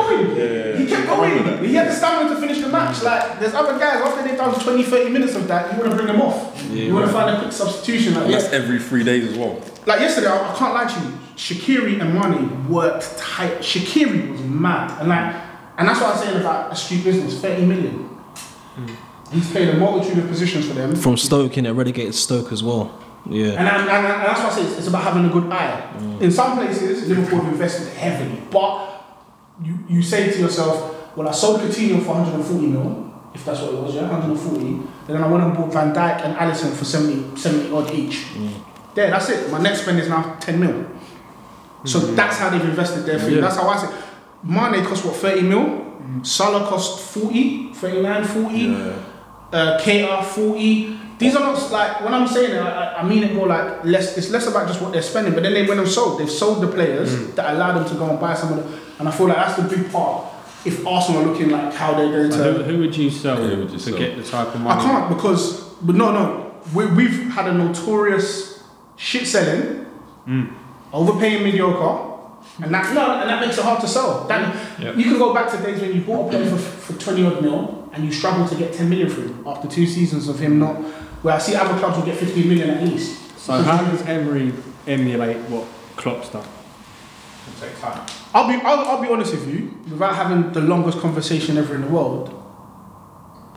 going. He kept going. He had the stamina to finish the match. Like, there's other guys, after they've done 20, 30 minutes of that, you want to bring them off. Yeah, you want right. to find a quick substitution. Like, And that's every three days as well. like yesterday, I, I can't lie to you. Shakiri and Mane worked tight. Shakiri was mad, and like, and that's what I'm saying about a street business. Thirty million. He's played a multitude of positions for them. From Stoke, and it relegated Stoke as well. And, Yeah. I'm- and, and that's what I say. It's, it's about having a good eye. Mm. In some places, Liverpool have invested heavily, but you, you say to yourself, well, I sold Coutinho for 140 mil, if that's what it was, yeah, 140. Then I went and bought Van Dijk and Allison for 70, 70 odd each. Mm. There, that's it. My next spend is now 10 mil. So that's how they've invested their fee. Mm. Yeah. That's how I say. Mane cost what 30 mil. Salah cost 40, 39, 40. Uh, KR 40. These are not like when I'm saying it, I, I- I mean it more like less. It's less about just what they're spending, but then they when they've sold, they've sold the players that allow them to go and buy some of them. And I feel like that's the big part. If Arsenal are looking like how they're going to, So who, who would you sell to sell? get the type of money? I can't because but no no we, we've had a notorious shit selling overpaying mediocre and that no and that makes it hard to sell that Yeah. you can go back to days when you bought a player for, for 20 odd mil and you struggle to get 10 million for him after two seasons of him not where I see other clubs will get 15 million at least So how does Emery emulate what Klopp's done? Take time. I'll be I'll, I'll be honest with you without having the longest conversation ever in the world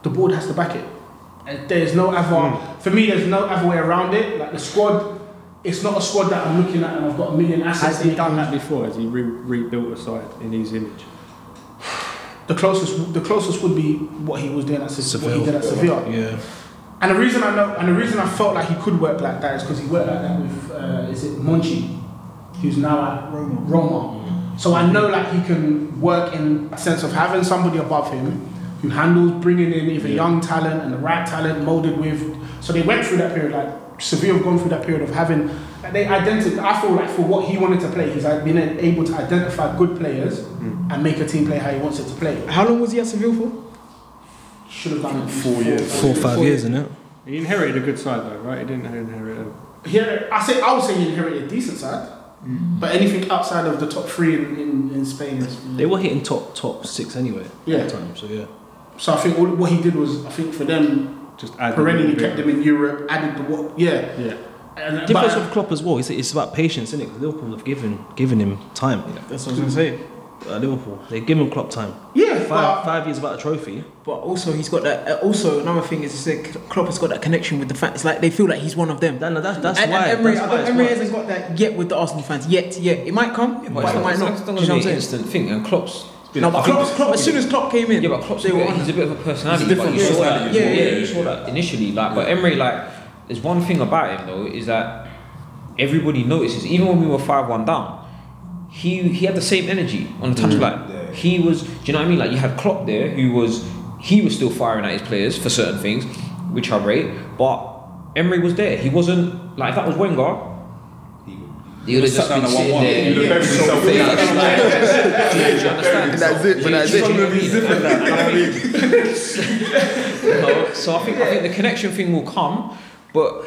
the board has to back it and there's no other for me there's no other way around it like the squad it's not a squad that I'm looking at and I've got a million assets Has he in. done that before? Has he re- rebuilt a side in his image? the closest the closest would be what he was doing at Sevilla. What he did at Sevilla. Yeah. And the reason I know, and the reason I felt like he could work like that is because he worked like that with, uh, is it Monchi, who's now at Roma. So I know like he can work in a sense of having somebody above him who handles bringing in either young talent and the right talent molded with. So they went through that period. Like Sevilla have gone through that period of having. like, They identified. I feel like for what he wanted to play, he's like, been able to identify good players Mm. and make a team play how he wants it to play. How long was he at Seville for? Should have done it Four or five years, isn't it? He inherited a good side though, right? He didn't inherit a Here, I say I would say he inherited a decent side, Mm. but anything outside of the top three in, in, in Spain is. They were hitting top top six anyway. Yeah. At the time, so yeah. So I think all, what he did was I think for them just added a perennially little bit. kept them in Europe, added the what? Yeah. Yeah. And, but- Difference with Klopp as well. It's, it's about patience, isn't it? 'Cause Liverpool have given given him time. That's what I was gonna say. Uh, Liverpool, they've given Klopp time. Yeah, five five years without a trophy. But also, he's got that. uh, Also, another thing is, is that Klopp has got that connection with the fans. It's like they feel like he's one of them. No, no, that's that's and, why. And Emery, that's I why don't- it's Emery worked. hasn't got that yet with the Arsenal fans. Yet, yet it might come, but it might not. Do It's not going you to know be what an I'm saying? instant thing. And Klopp's. No, but Klopp, Klopp, as soon as Klopp came in, Yeah, but Klopp's they a were bit, on he's a bit of a personality. It's a different but you saw personality that. as well. yeah, Yeah, you saw that initially. Like, but Emery, like, there's one thing about him though is that everybody notices. Even when we were five one down, he he had the same energy on the touchline. He was, do you know what I mean? Like, you had Klopp there, who was he was still firing at his players for certain things, which I rate. But Emery was there. He wasn't like if that was Wenger. He would have just Sat down been at sitting 1-1. there. He would have buried himself Yeah, in that. that's right. Do you understand? And that's it, but Yeah, that's do you it. know what I I mean? mean, No, so I think I think the connection thing will come, but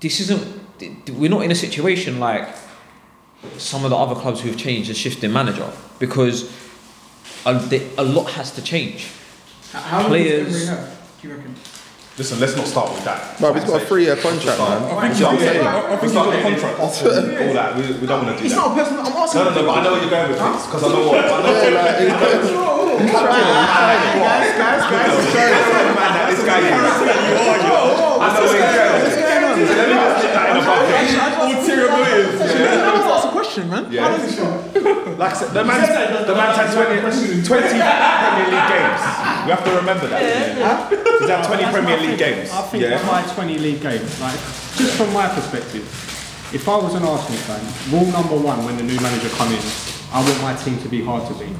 this isn't. th- th- We're not in a situation like some of the other clubs who have changed and shifted their manager because a, the- a lot has to change. How long does Players- Emery have? Do you reckon? Listen, let's not start with that. Bro, he's got a three-year contract, man. I think he's saying. I think he's got a contract. All that. We, we don't want to do It's that. not a personal. I'm No, asking. no, no, but I know where you're going with this because I know what. I know what. Guys, guys, guys. This guy is. I know where you're going. So Let me just get that in the bucket. Ulterior motives. I was asked a question, man. Yeah. Like I said, the man's, the man's had 20, 20 Premier League games. We have to remember that. He's had 20 Premier I League think- games. I think yeah. of my 20 league games, like, just from my perspective, if I was an Arsenal fan, rule number one when the new manager comes in, I want my team to be hard to beat.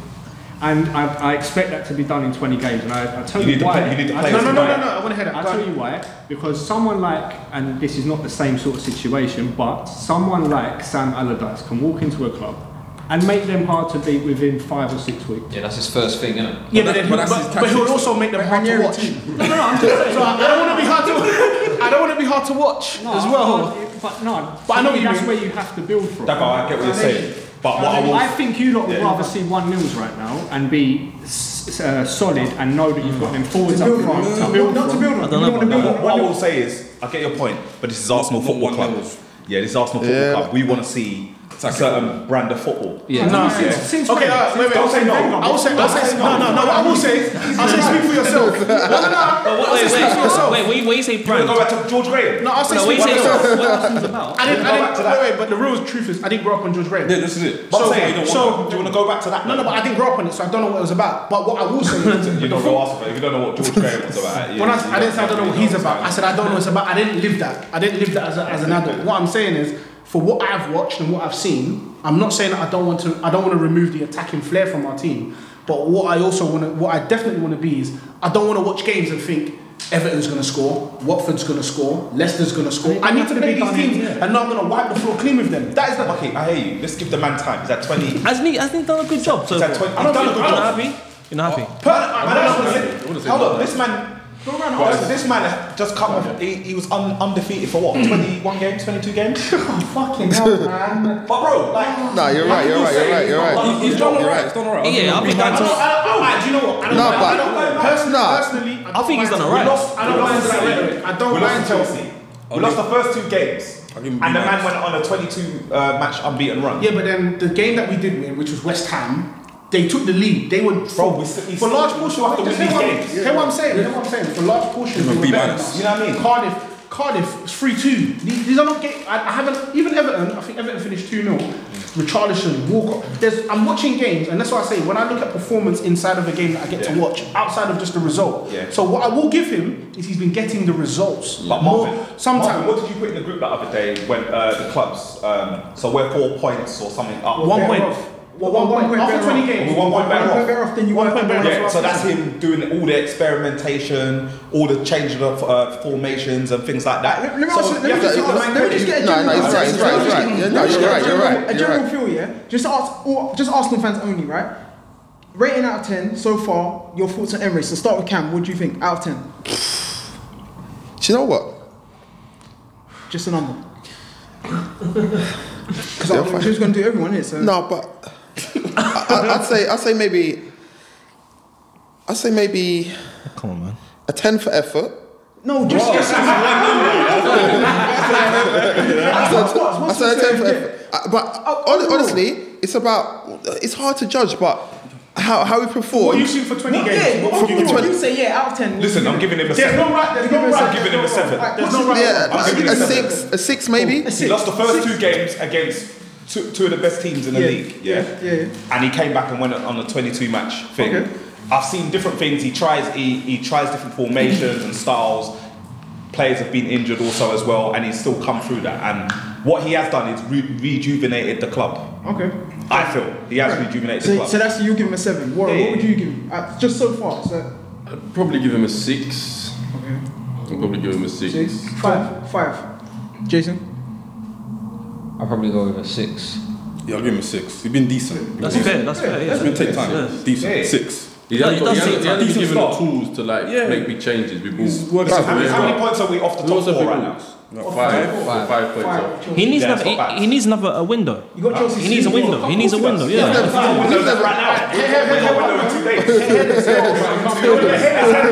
And I, I expect that to be done in 20 games. And I, I tell You you, need to why. play- you need to I play tell as you a why. man. I want to hear that. I Go tell on. you why, because someone like, and this is not the same sort of situation, but someone like Sam Allardyce can walk into a club and make them hard to beat within five or six weeks. Yeah, that's his first thing, isn't it? Yeah, but, But that- then, but, but that's his but, he'll also make them hard to watch. No, no, no, I'm just saying. So I, I don't want to be hard to. I I don't want it to be hard to watch No, as I well. can't- it- But no, Oh. But I know what to me, you that's mean. where you have to build from. Dabo, I get what you're saying, but what I will- I think you lot would Yeah. rather see one nils right now and be s- uh, solid and know that you've got them forwards up front to build from. Oh. What, what I will say is, I get your point, but this is Arsenal Football Club. Yeah, this is Arsenal Football Yeah. Club. We want to see a certain brand of football. No, Yeah. okay, all right, wait, wait. Don't say no. I will say, I'll say no, no, no. I will say, I'll say, speak for yourself. No, no, no. I'll say, speak for yourself. Wait, wait, wait, you say brand? go back to George Graham? No, I'll say No, speak for wait, say yourself. what- what Arsenal's about. I didn't, I Go didn't, back to wait, that. wait, but the real truth is, I didn't grow up on George Graham. Yeah, this is it. But I'm saying you don't want do you want to go back to that? No, no, but I didn't grow up on it, so I don't know what it was about. But what I will say is, You don't go ask if you don't know what George Graham was about. When I, I didn't say I don't know what he's about. I said I don't know it's about. I didn't live that. I didn't live that as, a, as an adult. What I'm saying is, for what I've watched and what I've seen, I'm not saying that I don't want to. I don't want to remove the attacking flair from our team. But what I also want to, what I definitely want to be is, I don't want to watch games and think Everton's going to score, Watford's going to score, Leicester's going to score. I need to play these teams, and now I'm going to wipe the floor clean with them. That is the okay. I hear you. Let's give the man time. He's at 20. Hasn't he, hasn't he done a good job so He's far? at 20. He's done a good You're job. not happy? You're not happy? Per- man, that's what I'm saying. I wanna say Hold no. on, this man. Right. This- This man just come off. He, he was un, undefeated for Hmm. what? 21 games, 22 games? Oh, fucking hell, man. But, bro, like. Nah, you're I right, you're will right, say you're right, he's you're right. not- He's done You're alright. right. He's done alright. Yeah, I think that's- I don't- oh, I don't mind. Do you know what? I don't No, mind. but- I don't mind. Person- Nah. Personally, I think he's done mind- alright. we lost- I don't We mind lost that City. rhetoric. I don't we mind lost to Chelsea. We lost the first two games, and the B man minus. went on a 22 uh, match unbeaten run. Yeah, but then the game that we did win, which was West Ham, they took the lead. They were for, for large portion. have to Just win hear what I'm- these games. Hear what I'm saying? Hear what I'm saying? For large portion, Give they them were a B better. than minus. us. You know what I mean? Cardiff, Cardiff, it's three two. These, these are not. Ga- I, I haven't even Everton. I think Everton finished two 0 Richarlison, Walker. There's. I'm watching games, and that's what I say. When I look at performance inside of a game that I get to watch, outside of just the result. Yeah. So what I will give him is he's been getting the results. But More- Marvin, sometimes. Marvin, what did you put in the group that other day when uh, the clubs? Um, so we're four points or something up. One point. Well, one point. After 20 games. We're one point better One point off. better off than you One were point better yeah, off. So that's him doing all the experimentation, all the change of uh, formations and things like that. Let me so ask you- let me you have just- to- let me just get a No, general. no, it's right, it's right, it's right. Let Yeah, no, me just you're get a right, you're general- right, A you're general right. feel, yeah. Just ask, all, just Arsenal fans only, right? Rating out of ten so far. Your thoughts on Emery. So start with Cam. What do you think? Out of ten, Do you know what? just a number. Because I'm just going to do everyone here. So No, but I, I- I'd say I'd say maybe I'd say maybe Come on, man. a ten for effort. No, just. I said, What's- I what's said a the ten for saying? effort. Uh, But hon- honestly, it's about it's hard to judge, but how how we perform. What you seen for 20 What- yeah, what would From you, what would 20 you say? Yeah, out of ten. Listen, I'm giving him a There's seven. no right. There's no Give him right. a I'm giving him a seven. There's no right. Yeah, I'm giving a, him a seven. six, a six maybe. He lost the first two games against two, two of the best teams in the league. Yeah. yeah, yeah. And he came back and went on a 22 match thing. Okay. I've seen different things. He tries he, he tries different formations and styles. Players have been injured also as well, and he's still come through that. And what he has done is re- rejuvenated the club. Okay. I feel he has rejuvenated the So, club. so that's you give him a seven. Warren, Yeah, yeah. what would you give him? Uh, just so far. So I'd probably give him a six. I'd probably give him a six. five, five. Jason. I'll probably go with a six. Yeah, I'll give him a six. He's been decent. That's He's fair, been that's decent. fair, yeah. He's been taking time. Yeah. Decent. Yeah. Six. He Yeah, hasn't got- he does he hasn't take he hasn't time. been given Decent the start. tools to like Yeah. make big changes. We've all How many, how many points are we off the We top also four big right balls. now? Like Five, five, five points. Five. off. He needs Yeah, it's another. not He, he needs another a window. You got Chelsea. He needs a window. He needs a window. Yeah.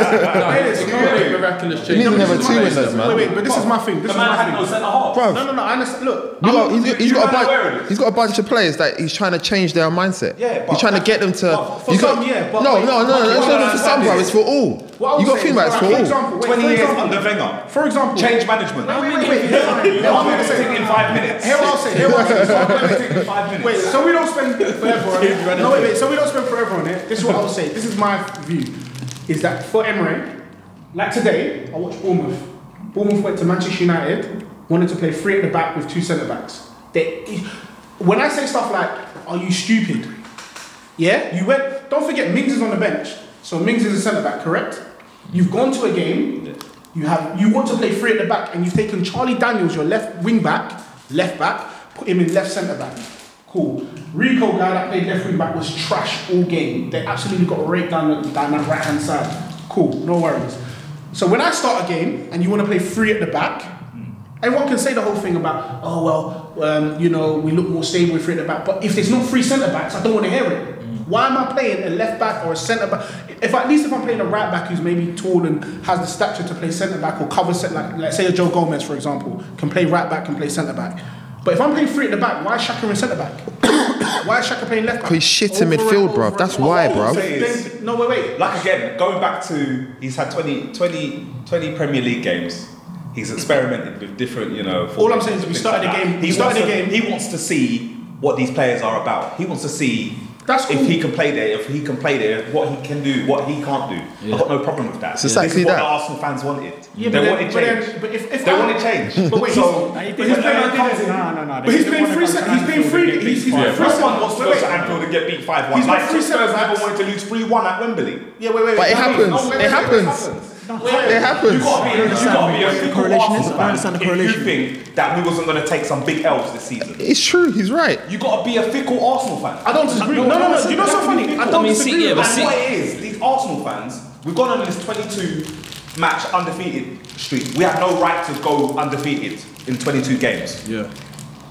Great miraculous change. You need another This is two what I in said, those, man. Wait, wait, but this is my thing. This is man my had thing. no centre half. Bruv. No, no, no. I understand. Look, You got, he's, you- got- he's you got a man are aware of bunch. He's got a bunch of players that he's trying to change their mindset. Yeah, but- he's trying to get them to. But for you got, some, yeah, but no, wait, no, no, no. but It's what not I for some, understand bro. is- It's for all. What I was You got to think saying about is, it's for right, for all. example, wait, 20 for years example- under Wenger. For example, Change management. Wait, wait, wait. Here what I'm gonna say. in five minutes. Here what I'll say. Here what I'll say. So I'm gonna take- five minutes. Wait, so we don't spend forever on it. No, wait, wait. So we don't spend forever on it. This is what I'll say. This is my view. Is that for Emery, like today, I watched Bournemouth. Bournemouth went to Manchester United, wanted to play three at the back with two centre backs. They, when I say stuff like, "Are you stupid?" Yeah, you went. Don't forget, Mings is on the bench, so Mings is a centre back, correct? You've gone to a game. You have. You want to play three at the back, and you've taken Charlie Daniels, your left wing back, left back, put him in left centre back. Cool. Rico guy that played left wing back was trash all game. They absolutely got raked down the, down that right hand side. Cool, no worries. So when I start a game and you want to play three at the back, everyone can say the whole thing about, oh, well, um, you know, we look more stable with three at the back. But if there's not three centre backs, I don't want to hear it. Mm. Why am I playing a left back or a centre back? If at least if I'm playing a right back who's maybe tall and has the stature to play centre back or cover set, like let's say a Joe Gomez for example, can play right back, can play centre back. But if I'm playing three at the back, why is Shaka in centre back? why is Shaka playing left back? He's shit in midfield, bro. That's why, bro. No, wait, wait. Like again, going back to he's had 20, 20, 20 Premier League games. He's experimented with different, you know. All I'm saying is we things started like the that. game- He we started wants the to- game- He wants to see what these players are about. He wants to see. That's If he can play there, if he can play there, what he can do, what he can't do. I've got no problem with that. It's this exactly is what that. the Arsenal fans wanted. Yeah, they but wanted then- but change. then- but if- if they I- wanted change. But wait, so, he's- but he's playing- No, no, no, they- But he's they playing wanna free come set- to he's playing Anfield free- and get he's- beat he's playing 5-1. free set- Someone wants to Wait, go to wait. Anfield and get beat five one. He's Like playing free free Spurs set- never wanted to lose three one at Wembley. Yeah, wait, wait. But it wait, happens. no, It wait, wait, wait, happens. It happens. You gotta be, you gotta be a fickle correlation is? Arsenal I fan understand the If you think that we wasn't going to take some big L's this season, It's true. He's right. you got to be a fickle Arsenal fan. I don't disagree. No, no, no, you know what's so funny? I don't disagree with And that. what it is, these Arsenal fans, we've gone on this 22 match undefeated streak. We have no right to go undefeated in 22 games. Yeah.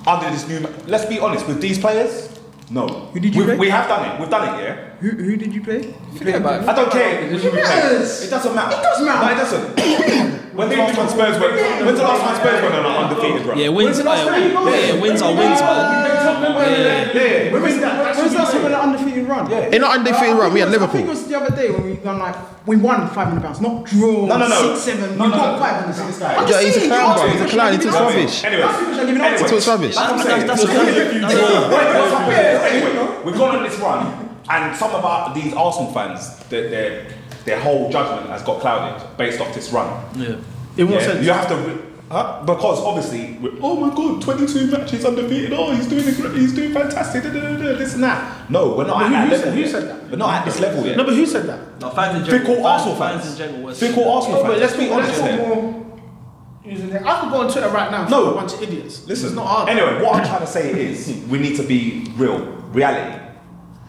Under this new, ma- let's be honest, with these players, no. Who did you we, rate? we have done it. We've done it. Yeah. Who, who did you play? Forget about it. I don't care. It doesn't matter. It doesn't matter. It does matter. No, it doesn't. When's the last time Spurs went? When's the last time Spurs went on an undefeated run? Yeah, uh, wins. Yeah, yeah, wins are wins, man. Yeah, yeah. When was that? When was that when an undefeated run? Yeah. In our undefeated run, we had I think it Liverpool. was the other day when we done like we won five hundred pounds, not draw No, no, no. six seven. No, we no, got no. five hundred pounds. Yeah, I'm just he's a saying, you clown, asked bro. me He's a this clown. He question, talks you didn't rubbish. Anyway, answer. He talks rubbish. That's what I'm saying. That's a- Anyway, we've gone on this run, and some of our, these Arsenal fans, their, their, their whole judgment has got clouded based off this run. Yeah. In what Yeah, sense? You have to. re- Huh? Because obviously, we- oh my god, 22 matches undefeated. Oh, he's doing a gr- he's doing fantastic. Da, da, da, da, this and that. No, we're not But at who- that who level. said- who yet. said that? We're not at this level yet. No, but who said that? No, fans in general. Fickle Arsenal fans fans. in general. was- Fickle Arsenal Oh, but fans. let's be honest honest. here. More using it. I could go on Twitter right now. and No. find a bunch of idiots. This is Listen, not hard. anyway, what I'm trying to say is we need to be real, reality.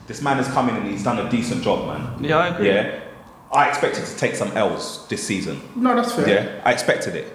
This man has come in and he's done a decent job, man. Yeah, I agree. Yeah. I expected to take some L's this season. No, that's fair. Yeah, I expected it.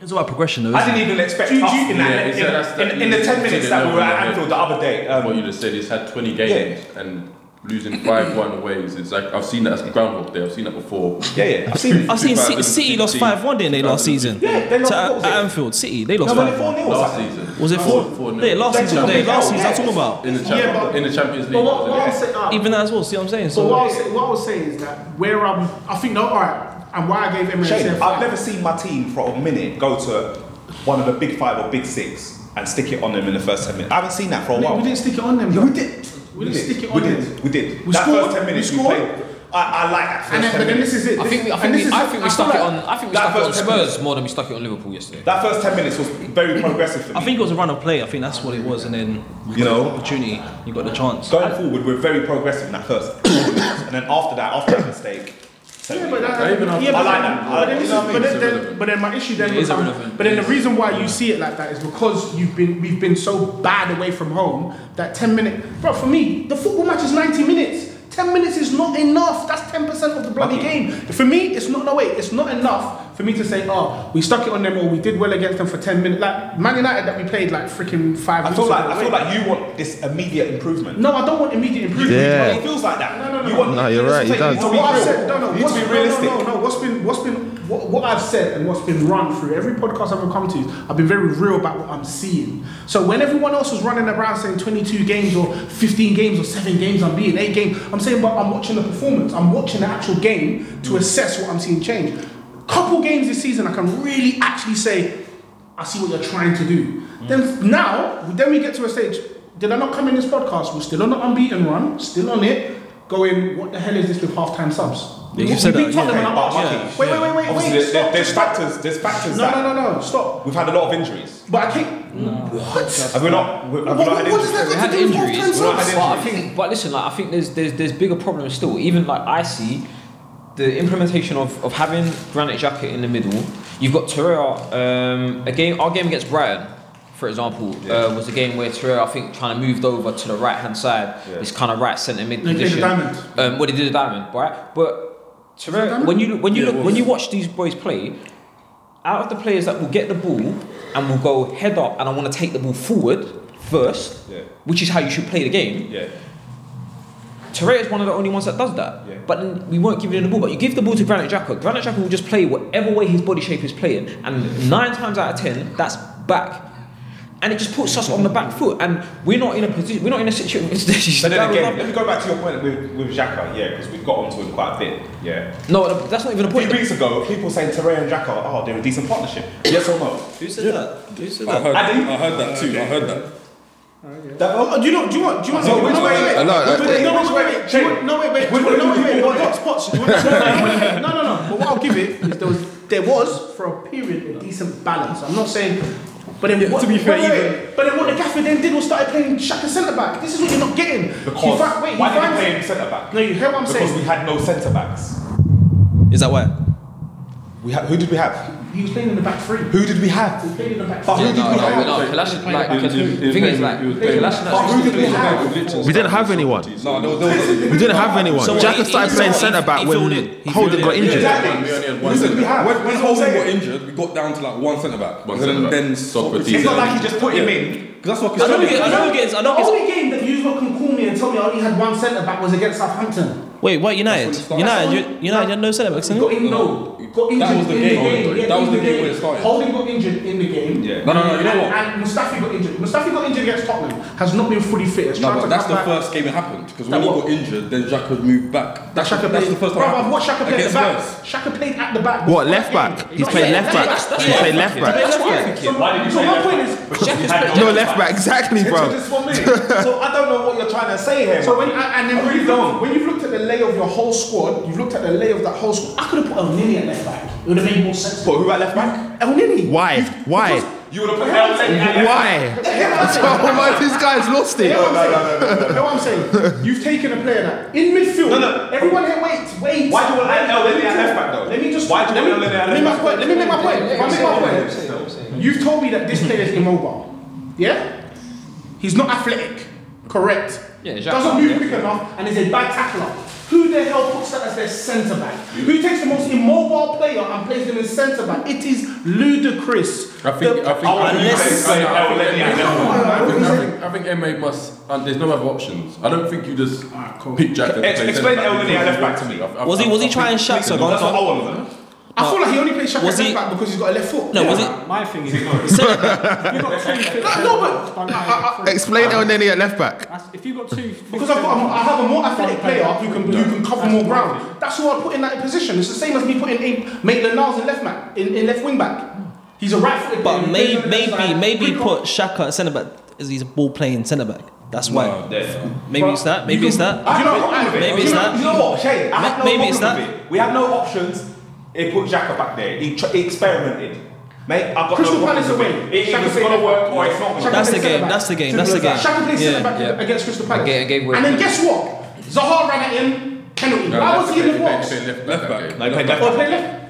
It's all about progression, though. I Isn't didn't it? even expect Do you- us do you- in, that, Yeah, in, so that's- in- in the 10 minutes that we were at Yeah. Anfield the other day. Um, what you just said, he's had 20 games and losing 5 1 away. is- It's like, I've seen that as a groundhog day, I've seen that before. yeah, yeah, I've seen it. I've seen City, City lost 5 1, didn't they, last season? Yeah, they lost- To- what was at it? Anfield. City, they lost No, but 5 they 4 1. 0 or Last something. season. Was it 4 4 Yeah, last They season. took a Yeah, big last L, season. That's yeah. all about. In the, champ- Yeah, but- in the Champions League. But what, what, was I it? was saying, uh, Even that as well, see what I'm saying? but what, So, I was saying, what I was saying is that where um, I think, no, all right, and why I gave Emery Shane, a I've five. never seen my team for a minute go to one of the big five or big six and stick it on them in the first 10 minutes. I haven't seen that for a while. We didn't stick it on them. Yeah, bro. we did. We didn't stick it We on them. did. We did. We that scored. first ten We minutes we, scored. played. I, I like that first And then, ten but then minutes. this is it. I This- think we, I and think this we, is I it. think we feel stuck it like- on. I think we that stuck it on first ten Spurs more than we stuck it on Liverpool yesterday. that first ten minutes was very progressive for me. I think it was a run of play. I think that's what it was. And then you, You got know? the opportunity, you got the chance. going forward, we're very progressive in that first. and then after that, after that mistake, so Yeah, but I even that, have- yeah, but uh, I like that. But then, You know what I but mean? then, It's then, irrelevant. but then my issue then It is becomes- irrelevant. But then the reason why you see it like that is because you've been we've been so bad away from home that ten minute. Bro, for me, the football match is ninety minutes. Ten minutes is not enough. That's ten percent of the bloody game. For me, it's not. No wait, it's not enough for me to say, oh, we stuck it on them or we did well against them for ten minutes. Like Man United that we played like freaking five. I weeks feel like ago, I feel wait. like you want this immediate improvement. No, I don't want immediate improvement. Yeah. It feels like that. No, no, no, You no. want, No, you're right, You he does. need to No, be what I've real. said, no, no, You need what's to be no, realistic. No, no, no, what's been, what's been, what, what I've said and what's been run through every podcast I've ever come to, I've been very real about what I'm seeing. So when everyone else was running around saying 22 games or 15 games or seven games, I'm being eight games, I'm saying, but I'm watching the performance. I'm watching the actual game to assess what I'm seeing change. Couple games this season, I can really actually say, I see what you're trying to do. Then now, then we get to a stage. Did I not come in this podcast? We're still on the unbeaten run, still on it. Going, what the hell is this with halftime subs? Yeah, We- you've said we that, beat Tottenham yeah. and I'm But asking, Marky, Wait, wait, wait, wait, Obviously, wait. there- there- Stop. there's factors. There's factors. no, that no, no, no. Stop. We've had a lot of injuries. But I think what? Have we not? Have we What, not what, had what injuries? does that We got had to do with halftime injuries. We're not subs? had But I injuries. think, but listen, like I think there's there's there's bigger problems still. Even like I see the implementation of, of having Granite Jacket in the middle. You've got Torreira. Um, a game, our game against Brighton, for example, uh, was a game where Torreira I think kind of moved over to the right hand side. It's kind of right centre mid They did the position. diamond. Um, what he did a diamond, right? But Torreira, when you look, when you look, when you watch these boys play, out of the players that will get the ball and will go head up and I want to take the ball forward first, Yeah. which is how you should play the game. Yeah. Torreira is one of the only ones that does that. But then we won't give him the ball. But you give the ball to Granit Xhaka. Granit Xhaka will just play whatever way his body shape is playing, and nine times out of ten, that's back. And it just puts us on the back foot, and we're not in a position. We're not in a situation. But then again, let me go back to your point with, with Xhaka, yeah, because we've got onto him quite a bit, yeah. No, that's not even a point. Three weeks ago, people saying Terray and Xhaka, oh, they're a decent partnership. Yes or no? Who said that? Who said I Oh, heard- I heard that too. I heard that. That, oh, do you know? Do you want? Do you want? So which way- wait, no, wait, no, wait, no, wait, no, wait, wait, wait, wait, wait, no, wait, wait, which way- no, wait, wait, which what, way- what spots? No, no, no. But what I'll give it is there was, there was for a period a decent balance. I'm not saying. But then, what, to be fair, wait, wait, even- but then what the gaffer then did was started playing Shaka centre back. This is what you're not getting. Because He fi- wait, he why did finds- we play him centre back? No, you hear what I'm because saying? we had no centre backs. Is that why? We had who did we have? He was playing in the back three. Who did we have? He played in the back But three. who did we have? But who did we have? We didn't have anyone. No, there was, there was We didn't have anyone. So Jack he- started he- playing he- centre back he when filled in. He Holden filled got in. injured. Exactly. Listen, we have- When, when that's what I'm Holden got saying. injured, we got down to like one centre back. One And then, centre back. then Socrates. Socrates. It's not and- like he just put him Yeah. in. 'Cause that's what I know Cristiano it- I know did. it gets- I know the only game that you lot can call me and tell me I only had one centre back was against Southampton. Wait, what United? That's when it United, started. you, United, you had no centre backs. Got in, no. Got injured was the in game. the game. Yeah, That was in the game where it started. Holding got injured in the game. Yeah. No, no, no, you know what? and, And Mustafi got injured. Mustafi got injured against Tottenham. Has not been fully fit. Has No, tried but to that's come the back. first game it happened because That when he what? got injured, then Xhaka moved back. That's, Shaka that's played- the first time. it Bro, I've happened. watched Shaka play at the Against Spurs. back. Shaka played at the back. What, left back? He's played left back. He played left back. Why did you So say my left point back? is, Because we Shaka's had played- No left back, exactly, So bro. just for me. So I don't know what you're trying to say here. So man. when and then when you've, looked, when you've looked at the lay of your whole squad, you've looked at the lay of that whole squad. I could have put El Nini at left back. It would have made more sense. But who at left back? El Nini. Why? Why? You would have put El Nini at left Why? Oh my, this guy's lost it. You know what I'm saying? You know what I'm saying? You've taken a player that in midfield. No, no. Everyone here, wait, wait. Why do you want El Nini at left back though? Let me just. Why do you let me, want El Nini at let me left make my point. Let me make my point. If I make my point. back? You've told me that this player is immobile. Yeah? He's not athletic. Correct. Yeah, Xhaka, Doesn't move yeah. quick enough and is a bad tackler. Who the hell puts that as their centre back? Who takes the most immobile player and plays them in centre back? It is ludicrous. I think, I think, Oh, I would I say- think, say El Nini at left back. I think, I think, I think MA must. And there's no other options. I don't think you just pick Jack. Ex- Explain El Nini at left back to me. Was he was he trying Shaka? That's what I want to know. I feel like he only plays Shaka Was centre he- back because he's got a left foot. No, was it? My thing is, No, no, but Explain El Nini at left back. that's- if you've got two, because I've got a, I have a more athletic player who can who can cover more ground. That's who I put in that position. It's the same as me putting a- Maitland Niles in left back in, in left wing back. He's a right footed But may, maybe maybe put Shaka at centre back as he's a ball playing centre back. That's why. Maybe it's that. Maybe it's that. Do you know what I'm with it? Maybe Do it's you know- that. You know what, Shay? I Ma- have no maybe it's problem with it. We have no options. He put Xhaka back there. He, tr- he experimented. Mate, I've got Crystal no Palace problem with away. It, it Shaka either's played left gonna work back. or it's not gonna Shaka work. That's the played game, centre that's the back. game, that's the Simple game. as that. Shaka played Yeah, centre back yeah. against Crystal Palace. gave- I gave way and then to- guess what? Zaha ran at him. Penalty. Why was he in the box? Left back. No, he played left Or back. play left.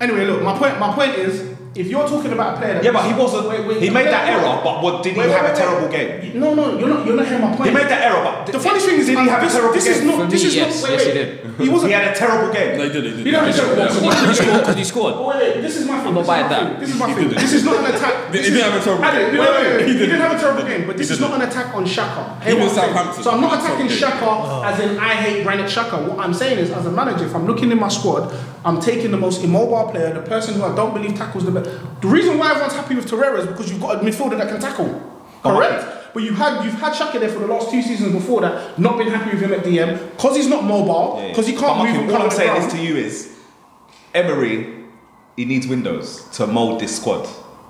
Anyway, look. My point. My point is, if you're talking about a player, that Yeah, but he wasn't. Wait, wait, he made that wait, error, wait. but what, did he Wait, have wait, a wait. terrible game? No, no, you're not. You're not hearing my point. He made that error, but The funny thing is, he did he have a this, terrible this is game? not. This is yes, not. Wait, yes, he wait. did. He He wasn't. had a terrible game. They did, they You don't have to did. terrible Because he scored. Because he scored. Oh, wait, wait, this is my thing. I'm not this buying is my that. thing, This is my thing. This is not an attack. He This didn't is- have a terrible I didn't- game. Wait, wait, He wait. He didn't. didn't have a terrible game, but this He is not an attack on Shaka. He Hear what was I'm saying? Southampton. So I'm He not was attacking Southampton. Shaka as in I hate Granit Shaka. What I'm saying is, as a manager, if I'm looking in my squad, I'm taking the most immobile player, the person who I don't believe tackles the best. The reason why everyone's happy with Torreira is because you've got a midfielder that can tackle. Correct. But you had you've had Shaka there for the last two seasons before that, not been happy with him at DM because he's not mobile, because he can't But Marky, move. and All cover I'm the saying ground. is to you is, Emery, he needs windows to mould this squad.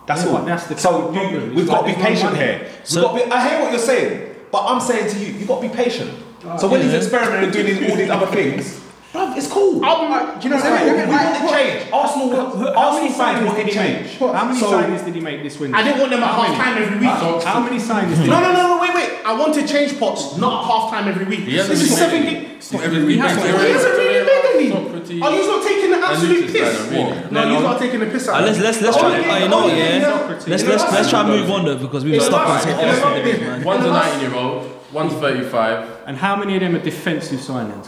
That's Yeah, all. but that's the so problem. you, It's like we've got to be there's no patient money. here. we've got to be, I hear what you're saying, but I'm saying to you, you've got to be patient. so when he's experimenting and doing these, all these other things, bruv, it's cool. I'll be like, you know, It's what? cool. We I, want it change. Arsenal, How want- how many Arsenal fans signings want did it he make? change. How many so, signings did he make this winter? I didn't want them at half time every week. How many signings did he No, make? no, no, no, wait, wait. I want to change pots, not at half time every week. He hasn't This is really seven made it. games. It's not every week. He hasn't Torreira- really Torreira, made any. Socrates. Are you not taking the absolute Lucas piss? Diamond, really. No, you're not taking the piss out. Uh, of let's me. let's let's The try. only uh, game- you the know what? only game that- Yeah. Let's in the let's last let's try and season- move on though because in we've the stuck on last- something in the else. last- Oh, One's in the a last- 19 year old, one's 35, And how many of them are defensive signings?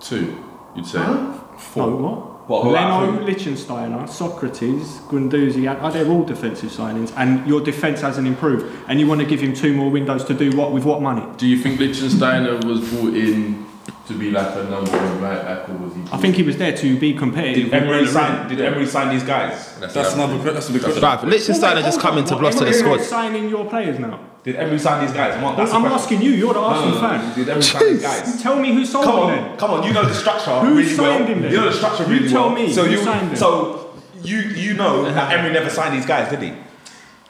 two, you'd say. Huh? No, Four. what? What, who are Leno, who? Lichtensteiner, Socrates, Guendouzi, and- oh, they're all defensive signings, and your defence hasn't improved. And you want to give him two more windows to do what with what money? Do you think Lichtensteiner was brought in to be like a number one right back, or was he? I think he was there to be competitive. Did Emery with sign- Bellerin. Did Emery sign these guys? That's That's another- another- that's a big question. Well, wait, Lichtensteiner hold just come on. into What, Bluffton Emery and scored. signing your players now. Did Emery sign these guys? I'm, on, that's the I'm question. asking you. You're the No, Arsenal no, no. fan. Did Emery sign these guys? Tell me who sold Come him on, then. come on. You know the structure Who really signed well. him then? You know the structure You really tell well. me, So who you signed him? so you you know that Emery never signed these guys, did he?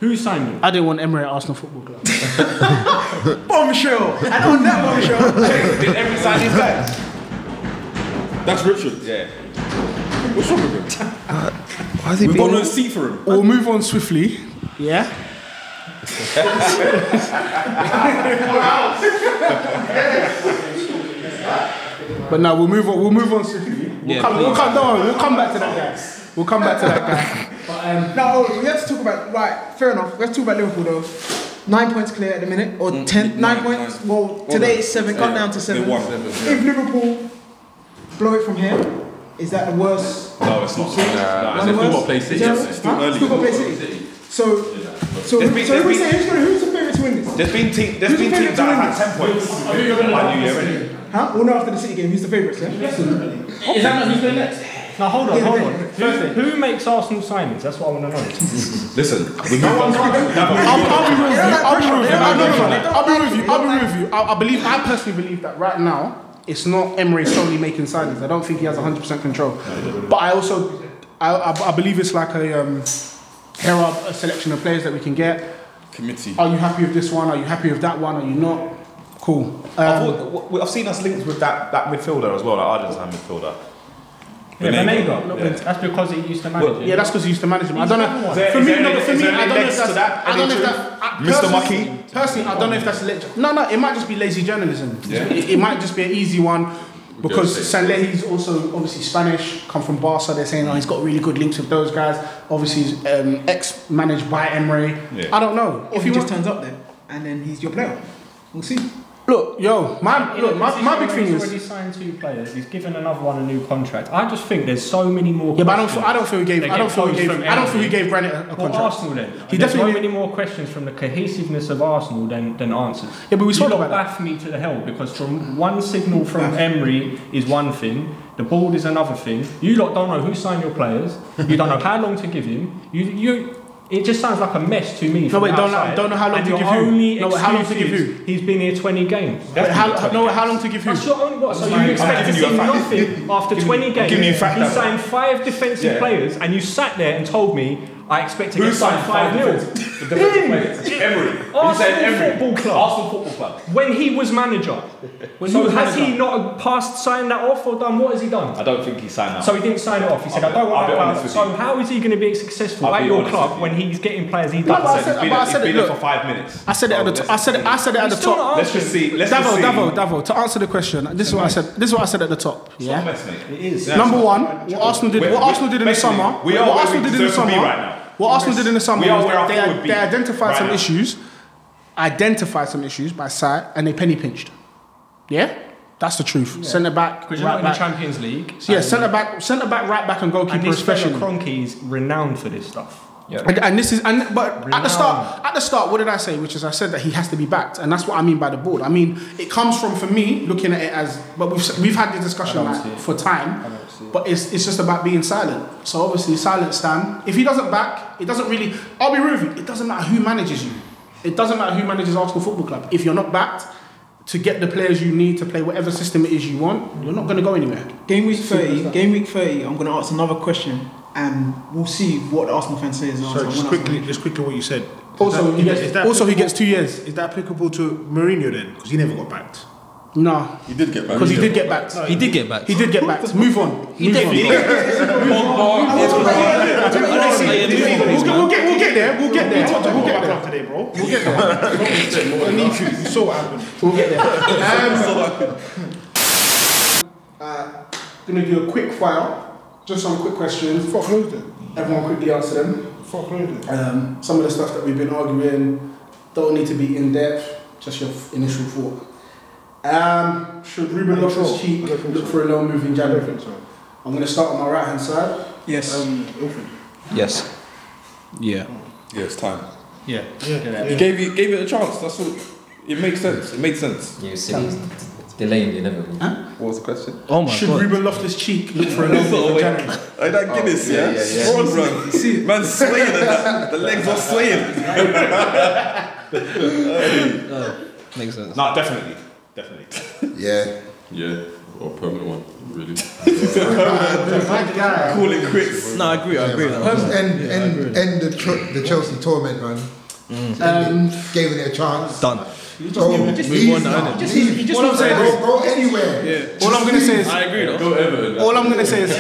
Who signed him? I didn't want Emery at Arsenal Football Club. Bombshell! And on that bombshell, Did Emery sign these guys? That's Richard. Yeah. What's wrong with him? Why is he We've being- got no seat for him. We'll move on swiftly. Yeah. But no, we'll move on. We'll move on swiftly. We'll Yeah, come. We'll please. come. Don't worry. We'll come back to that guy. We'll come back to that guy. no, we have to talk about right. Fair enough. We have to talk about Liverpool though. Nine points clear at the minute, or ten, nine points. Well, today it's seven. Cut down to seven. They won. If Liverpool blow it from here, is that the worst? No, it's not. One Nah, of the still worst? got Play City. Is It's that- still huh? early. Still got Play City. So, so, There's who, been- so there's who we been- say who's gonna- who's the favourite to win this? There's been teams. There's Who's been the teams that had favourite ten points by New Year, innit? Huh? Well, no, after the City game, who's the favourites? Yeah. Is that not who's going next? Now hold on, Yeah, hold yeah, on. yeah. Who, who makes Arsenal signings? That's what I want to know. Listen, we No moved on. one's got them. No, but we I'll- moved I'll on. be real with you. I'll be real with you. No, no, no, They no. I'll be with you. I'll be with you. I, I believe. I personally believe that right now it's not Emery solely making signings. I don't think he has 100 percent control. But I also, I, I, I believe it's like a um, here are a selection of players that we can get. Committee. Are you happy with this one? Are you happy with that one? Are you not? Cool. I've, Um, al- w- I've seen us linked with that, that midfielder as well, that Argentine midfielder. Yeah, Benega. Yeah. That's because he used to manage. yeah, that's because he used to manage them. I don't know. Is there- For is me, there no, any- but for is me, there any I don't know legs if to that's. that? I don't know if Any that. I- truth? Mr. personally- Mucky? Personally, I don't know if that's. Leg- no, no, it might just be lazy journalism. Yeah. It, it might just be an easy one because Okay. Sanlehi's also obviously Spanish, come from Barca. They're saying, oh, he's got really good links with those guys. Obviously, he's um, ex managed by Emery. Yeah. I don't know. If he just wants turns up there, and then he's your player, we'll see. Look, yo, my look, my, my big thing he's is. already signed two players. He's given another one a new contract. I just think there's so many more. Yeah, but I don't. questions I don't feel he gave. that I don't get feel he posed gave. from I don't feel he Emery. gave Granit a, a Well, contract. Arsenal then. He There's definitely- so many more questions from the cohesiveness of Arsenal than, than answers. Yeah, but we spoke you lot about that. baff me to the hell because from one signal from Emery is one thing, the board is another thing. You lot don't know who signed your players. You don't know how long to give him. You you. It just sounds like a mess to me. No, from wait, don't know- outside. don't know how long and to your give who. Only No, wait, how long to excuse give is He's been here 20 games. But how, no, how long to give who? That's your only what. So you I'm expect to giving see you a fact. nothing after 20 games? giving you a fact He now. signed five defensive Yeah. players, and you sat there and told me I expect to Who get signed five nil. nil? The defensive players. Emery. He Arsenal said Emery. Football Club. Arsenal Football Club. When he was manager, When he so was has manager. he not passed signed that off or done? What has he done? I don't think he signed that. So he didn't sign it off. He said, I'll "I don't be- want I'll be that." honest club." with So how is he going to be successful I'll at be your honest club when he's getting players he No, but I doesn't? said- He's been- but I he's said been it, there look. for five minutes. I said it at the. T- I said it. I said it at the He's still top. not Let's just see- Oh, let's Davo, just see. Davo, Davo. To answer the question, this is what I said. This is what I said at the top. not a Yeah. mess, mate. It is. Number one, what Arsenal did. We're- What we- Arsenal did in the basically, summer. we are What where Arsenal we did in the deserve to be summer. right now. What Arsenal did in the summer We are was where that I thought they, we'd be they identified right some now. issues, identified some issues by side, and they penny pinched. Yeah, that's the truth. Centre back, Because you're right not in the back. Champions League. yeah, and- centre back, centre back, right back, and And goalkeeper this especially. fella Cronky's renowned for this stuff. And, and this is and but at the Renowned. start at the start what did I say which is I said that he has to be backed and that's what I mean by the board I mean it comes from for me looking at it as but we've we've had the discussion like, for time but it's it's just about being silent so obviously silent Stan if he doesn't back it doesn't really I'll be real with you it doesn't matter who manages you it doesn't matter who manages Arsenal Football Club if you're not backed to get the players you need to play whatever system it is you want you're not going to go anywhere Game week Simple as 30, that. game week 30, I'm going to ask another question and we'll see what the Arsenal fans say as well. Sorry, just quickly, just quickly, what you said. Also, he gets- also he gets two years. Is that applicable to Mourinho then? Because he never got backed. no He did get backed. 'Cause he did get backed. He did get backed. he did get backed move on He move did. on. He did. Move on. Honestly, We'll get, we'll get, we'll get there. We'll get there. We'll get there. today, bro. We'll get there. I need you. You saw what happened. We'll get there. Um, uh, gonna do a quick fire. Just some quick questions. Fuck London. Everyone quickly answer them. Fuck London. Um, some of the stuff that we've been arguing don't need to be in depth. Just your f- initial thought. Um, should Ruben Loftus cheat look for a loan move in January? I'm going to start on my right hand side. Yes. Um, Ilford. Yes. Yeah. Yeah, it's time. Yeah. You gave it, gave it a chance. That's all. It makes sense. It made sense. You city's delaying the inevitable. What was the question? Oh my Should God. Ruben Loftus Cheek look for a long Sort of for way- January? Like that Guinness, Oh, yeah, yeah? yeah, yeah. Bronze, man. See, man swaying. and that- The legs are swaying. Makes sense. No, definitely. Definitely. yeah. Yeah. Or permanent one, really. My guy. Call it quits. No, I agree. I agree. with that. End, end, end the, tr- the Chelsea torment, man. Um, Giving it a chance. Done. Go, Just leave move on, now. innit? Just Leave. leave. You just All I'm need to saying go. is, go anywhere. All I'm gonna say is I agree, though. Go Everton. All I'm gonna say is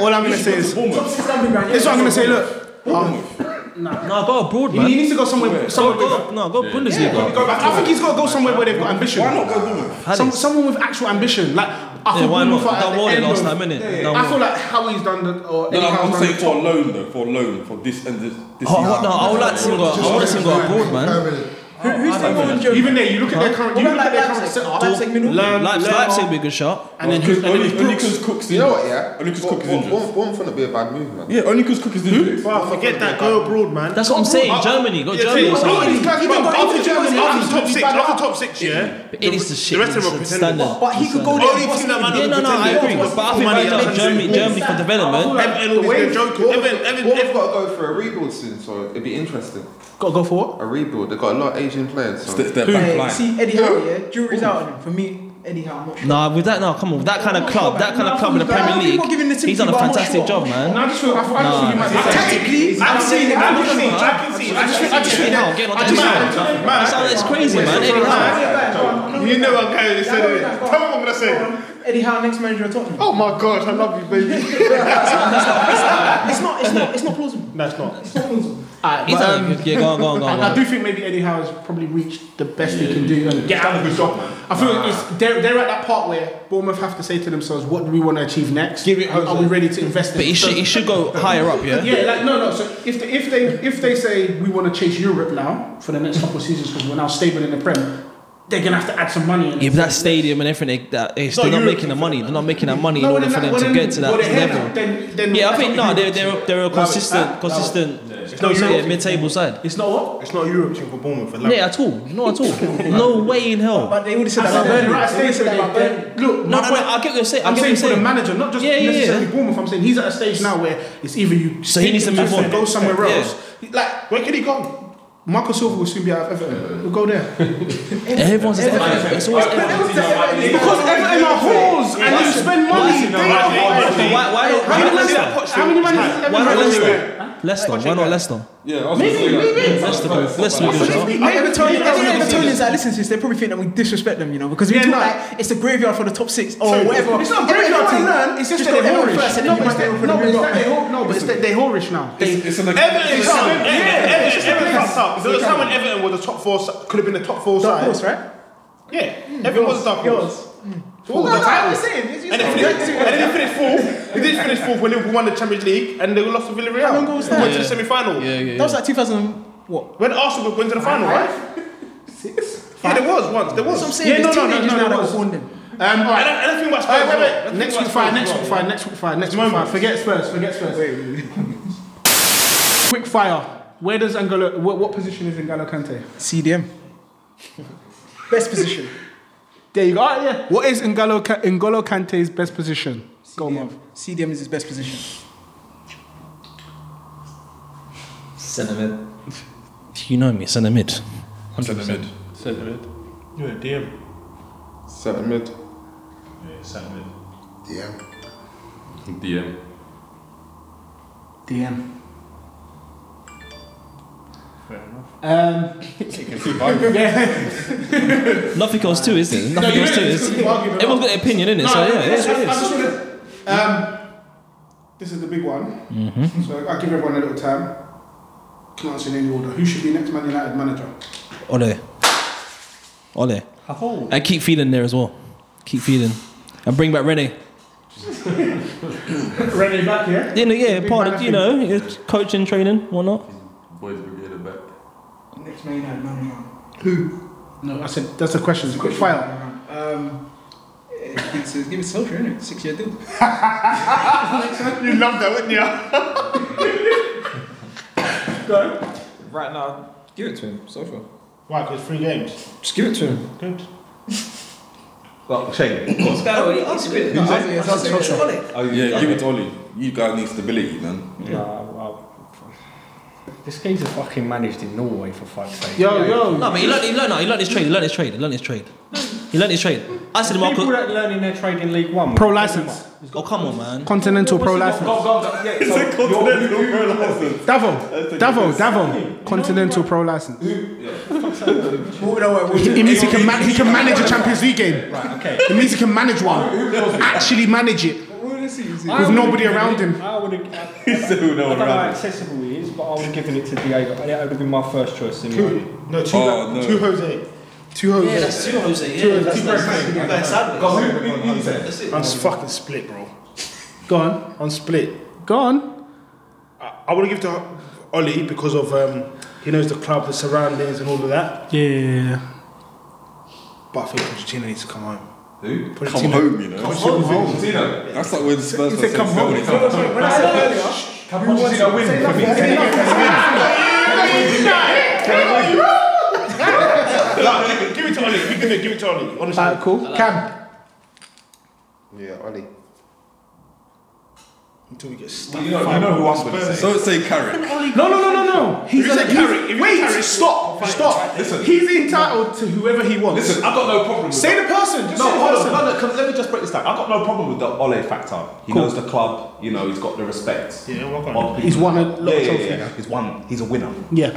All I'm gonna say is This is what I'm gonna say. Look, um, No, go abroad, he man. needs to go somewhere. somewhere go, no, go Bundesliga. I think he's got to go somewhere where they've got ambition. Why not go Bournemouth? Some, someone with actual ambition. Like I Yeah, think why not? Bournemouth are at Done the well the end last of- time, innit? Yeah, Done I feel well. like Howie's done the or No, Eddie no, I'm Howe's saying done for a loan though, for a loan, for this and this. this Oh, I want- no, I would like to see him go. I want to see him go abroad, man. who's they going the Even there, you look at their current. You What look about at their Leipzig? current setup. Leipzig, Learn- Leipzig, learn- Leipzig would be a good shot. And then Because who's only- only only 'cause Cook's You know what, yeah? Only because Bour- Cook's Bour- injured. Bour- Bournemouth would be a bad move, man. Yeah, only because Cook is injured. Wow, forget that. Go abroad, man. That's what I'm saying. Germany, go Germany or After something. Germany, after top six, after top six, yeah. But it is the shit. The rest of it's them are the pretending. standard. Only team that man Yeah, no, no, I agree. But I think right now, Germany, Germany for development. Everton always been joking. Everton, Everton, Bournemouth got to go for a rebuild soon, so it'd be interesting. Got to go for what? A rebuild. They've got a lot of Asian players. So. Who? Hey, see Eddie Howe, yeah, jury's out on him. For me, Eddie Howe, I'm not sure. Nah, with that, no, come on. With that kind of club, that kind of club in the Premier League, he's done a fantastic job, man. I just feel, I feel, I just feel you might be Tactically, I can see, I can see, I can see. I just feel, I just feel Eddie Howe, that. get on I that just man. feel- That sounds like it's crazy, man. Eddie Howe. You know I'm going to say that. Tell me what I'm going to say. Eddie Howe, next manager of Tottenham. Oh my gosh, I love you, baby. It's not, it's not, it's not plausible. No, it's not. Alright, He's but, done a um, good. uh, Yeah, go on, go on, go on, I, go I on. do think maybe Eddie Howe has probably reached the best he can do. And Get out of the shop, man. I feel it's, they're, they're at that part where Bournemouth have to say to themselves, what do we want to achieve next? Give it Are we ready to invest in But he it? So- should, he should go higher up, yeah. Yeah, like no, no. So if they, if they if they say we want to chase Europe now for the next couple of seasons because we're now stable in the Prem, they're gonna have to add some money. In Yeah, but that stadium and everything, they, that, they're still No, not Europe- making the money. They're not making that money in No, order when for they're them not- to when get to they're- that when they're here now, level. then- then yeah, I that's think what no, we they're do. they're they're a consistent, consistent, not yeah, Europe. mid-table side. It's not what? It's not Europe team for Bournemouth. for Yeah, at all, not at all, no way in hell. But they would have I said that said about they're Burnley. right They would've stage said that where about they- Burnley. they- Look, No, my no, point- no, I get what you're saying, I I'm get what saying you're for the saying. manager, not just Yeah, yeah, necessarily yeah. Bournemouth. I'm saying he's at a stage now where it's either you. So he stick needs to with move Everton on. and Go somewhere Yeah. else. Like where can he go? Marco Silva will soon be out of Everton. He'll go there. Everyone's is Everton. It's always Everton. Because Everton are whores and they spend money. They are whores. Why, why not? How many Why not money Leicester? How many money does Why not Everton spend? Leicester? Leicester. Why not Leicester? Yeah, I was Maybe, gonna say that. maybe. Leicester. Leicester. Leicester. would do a job. Evertonians, Evertonians that listen to this, they probably think that we disrespect them, you know, because we Yeah, talk no. like it's a graveyard for the top six or Sorry, whatever. It's not Everyone- graveyard to everyone learn. learn, It's just go that they're Everton whorish. first and No, then you but it's might that go for the no, but it's Europe. that they whore- no, but it's that they whorish now. They- It's an Everton is Yeah. Everton, Everton is Yeah. Everton fucked up. There was Yeah. time when Everton was the top four, si- could have been the top four Dark side. horse, right? Yeah, Mm, Everton was a dark horse. No, All no, the time. I'm just saying. it's- And they finished, and then they finished fourth. They did finish fourth when Liverpool won the Champions League and they lost to Villarreal. How long ago was Went that? to the semi-final. Yeah, yeah, That was like 2000. What? When Arsenal went to the final, right? Yeah, there was once. There That's was. what I'm saying. Yeah, no, There's no, no, teenagers now no, that there were was. born then. Um, all And right. I, and I think about Spurs. Wait, wait, as well. I wait. think Next about week five, Spurs next as well. week five, next week five, next week five. Forget Spurs, forget Spurs. Quick fire. Where does Angolo, what, what position is Angolo Kante? CDM. Best position. There you go. Ah, yeah. What is Ngolo, Ngolo Kante's best position? Go, Marv. CDM is his best position. Sentiment. You know me, centre mid. Centre mid. Centre mid. You're a DM. Centre mid. Yeah, centre mid. Yeah. DM. DM. Fair enough. Um, yeah. Nothing else too, is there? Nothing else too. Is everyone's got an opinion in it, so yeah, it is what it is. Um, this is the big one. Mhm. So I'll give everyone a little time. Can answer in any order. Who should be next Man United manager? Ole. Ole. Oh. I keep feeding there as well. Keep feeding. And bring back Rene. Rene back here. You know, yeah, part of, you know, it's coaching, training, whatnot. Boys Brigade are back. Next Man United manager. Who? No, I said that's a question. It's a quick fire. Um, eh, yeah, so give it social, innit? Six year deal. you love that, wouldn't you? Go. Right now, give it to him, social. Why? Because three games. Just give it to him. Good. Well, Shane. He's better with He's good. Who's that? That's Oh, yeah, give it to Ollie. You guys need stability, man. Nah, well, this guy's a fucking managed in Norway for fuck's sake. No, but he learned, he learned, no, he learned his trade. He learned his trade. He learned his trade. He learned his trade. I said, People Marco. that learning their trade in League One. Pro license. Oh, come on, man. Continental pro license. Davo, Davo, Davo. Continental pro license. It means he can, man- he can manage a Champions League game. Right, okay. It means he can manage one. Actually manage it. With nobody around him. I would have. I don't know how accessible he is, but I would have given it to Diego. That would have been my first choice. Anyway. No, two, Oh, two Jose. Two Jose. Yeah, that's two Jose, yeah. Two Jose. That's- Two that's- Jose. that's- that's sad. Go on. Who- who- who you said? That's it. I'm s- fucking split, bro. Go on. On split. Go on. I, I want to give to Ollie because of um, he knows the club, the surroundings, and all of that. Yeah. But I think Pochettino needs to come home. Who? Pochettino. Come home, you know. Come home. That's like when Spurs He said versus come home. Celtic. No, no, no, when I said earlier, Who wants to win for me? Nah, give it- give it to Ollie. You can do it. Give it to Ollie. Honestly. Uh, Alright, cool. Cam. Yeah, Ollie. Until we get stuck. Well, you know- you know who I'm gonna Spurs. say. Don't say Carrick. No, no, no, no, no. He's If you say he's- Carrick- if you wait, Carrick- stop, stop. Listen. He's entitled to whoever he wants. Listen, I've got no problem with Say that. the person. Just no, say the hold person. on. No, no, 'cause let me just break this down. I've got no problem with the Ole factor. He knows the club, you know, he's got the respect. Yeah, well, He's won a lot of yeah, yeah, trophies. yeah. He's won. He's a winner. Yeah.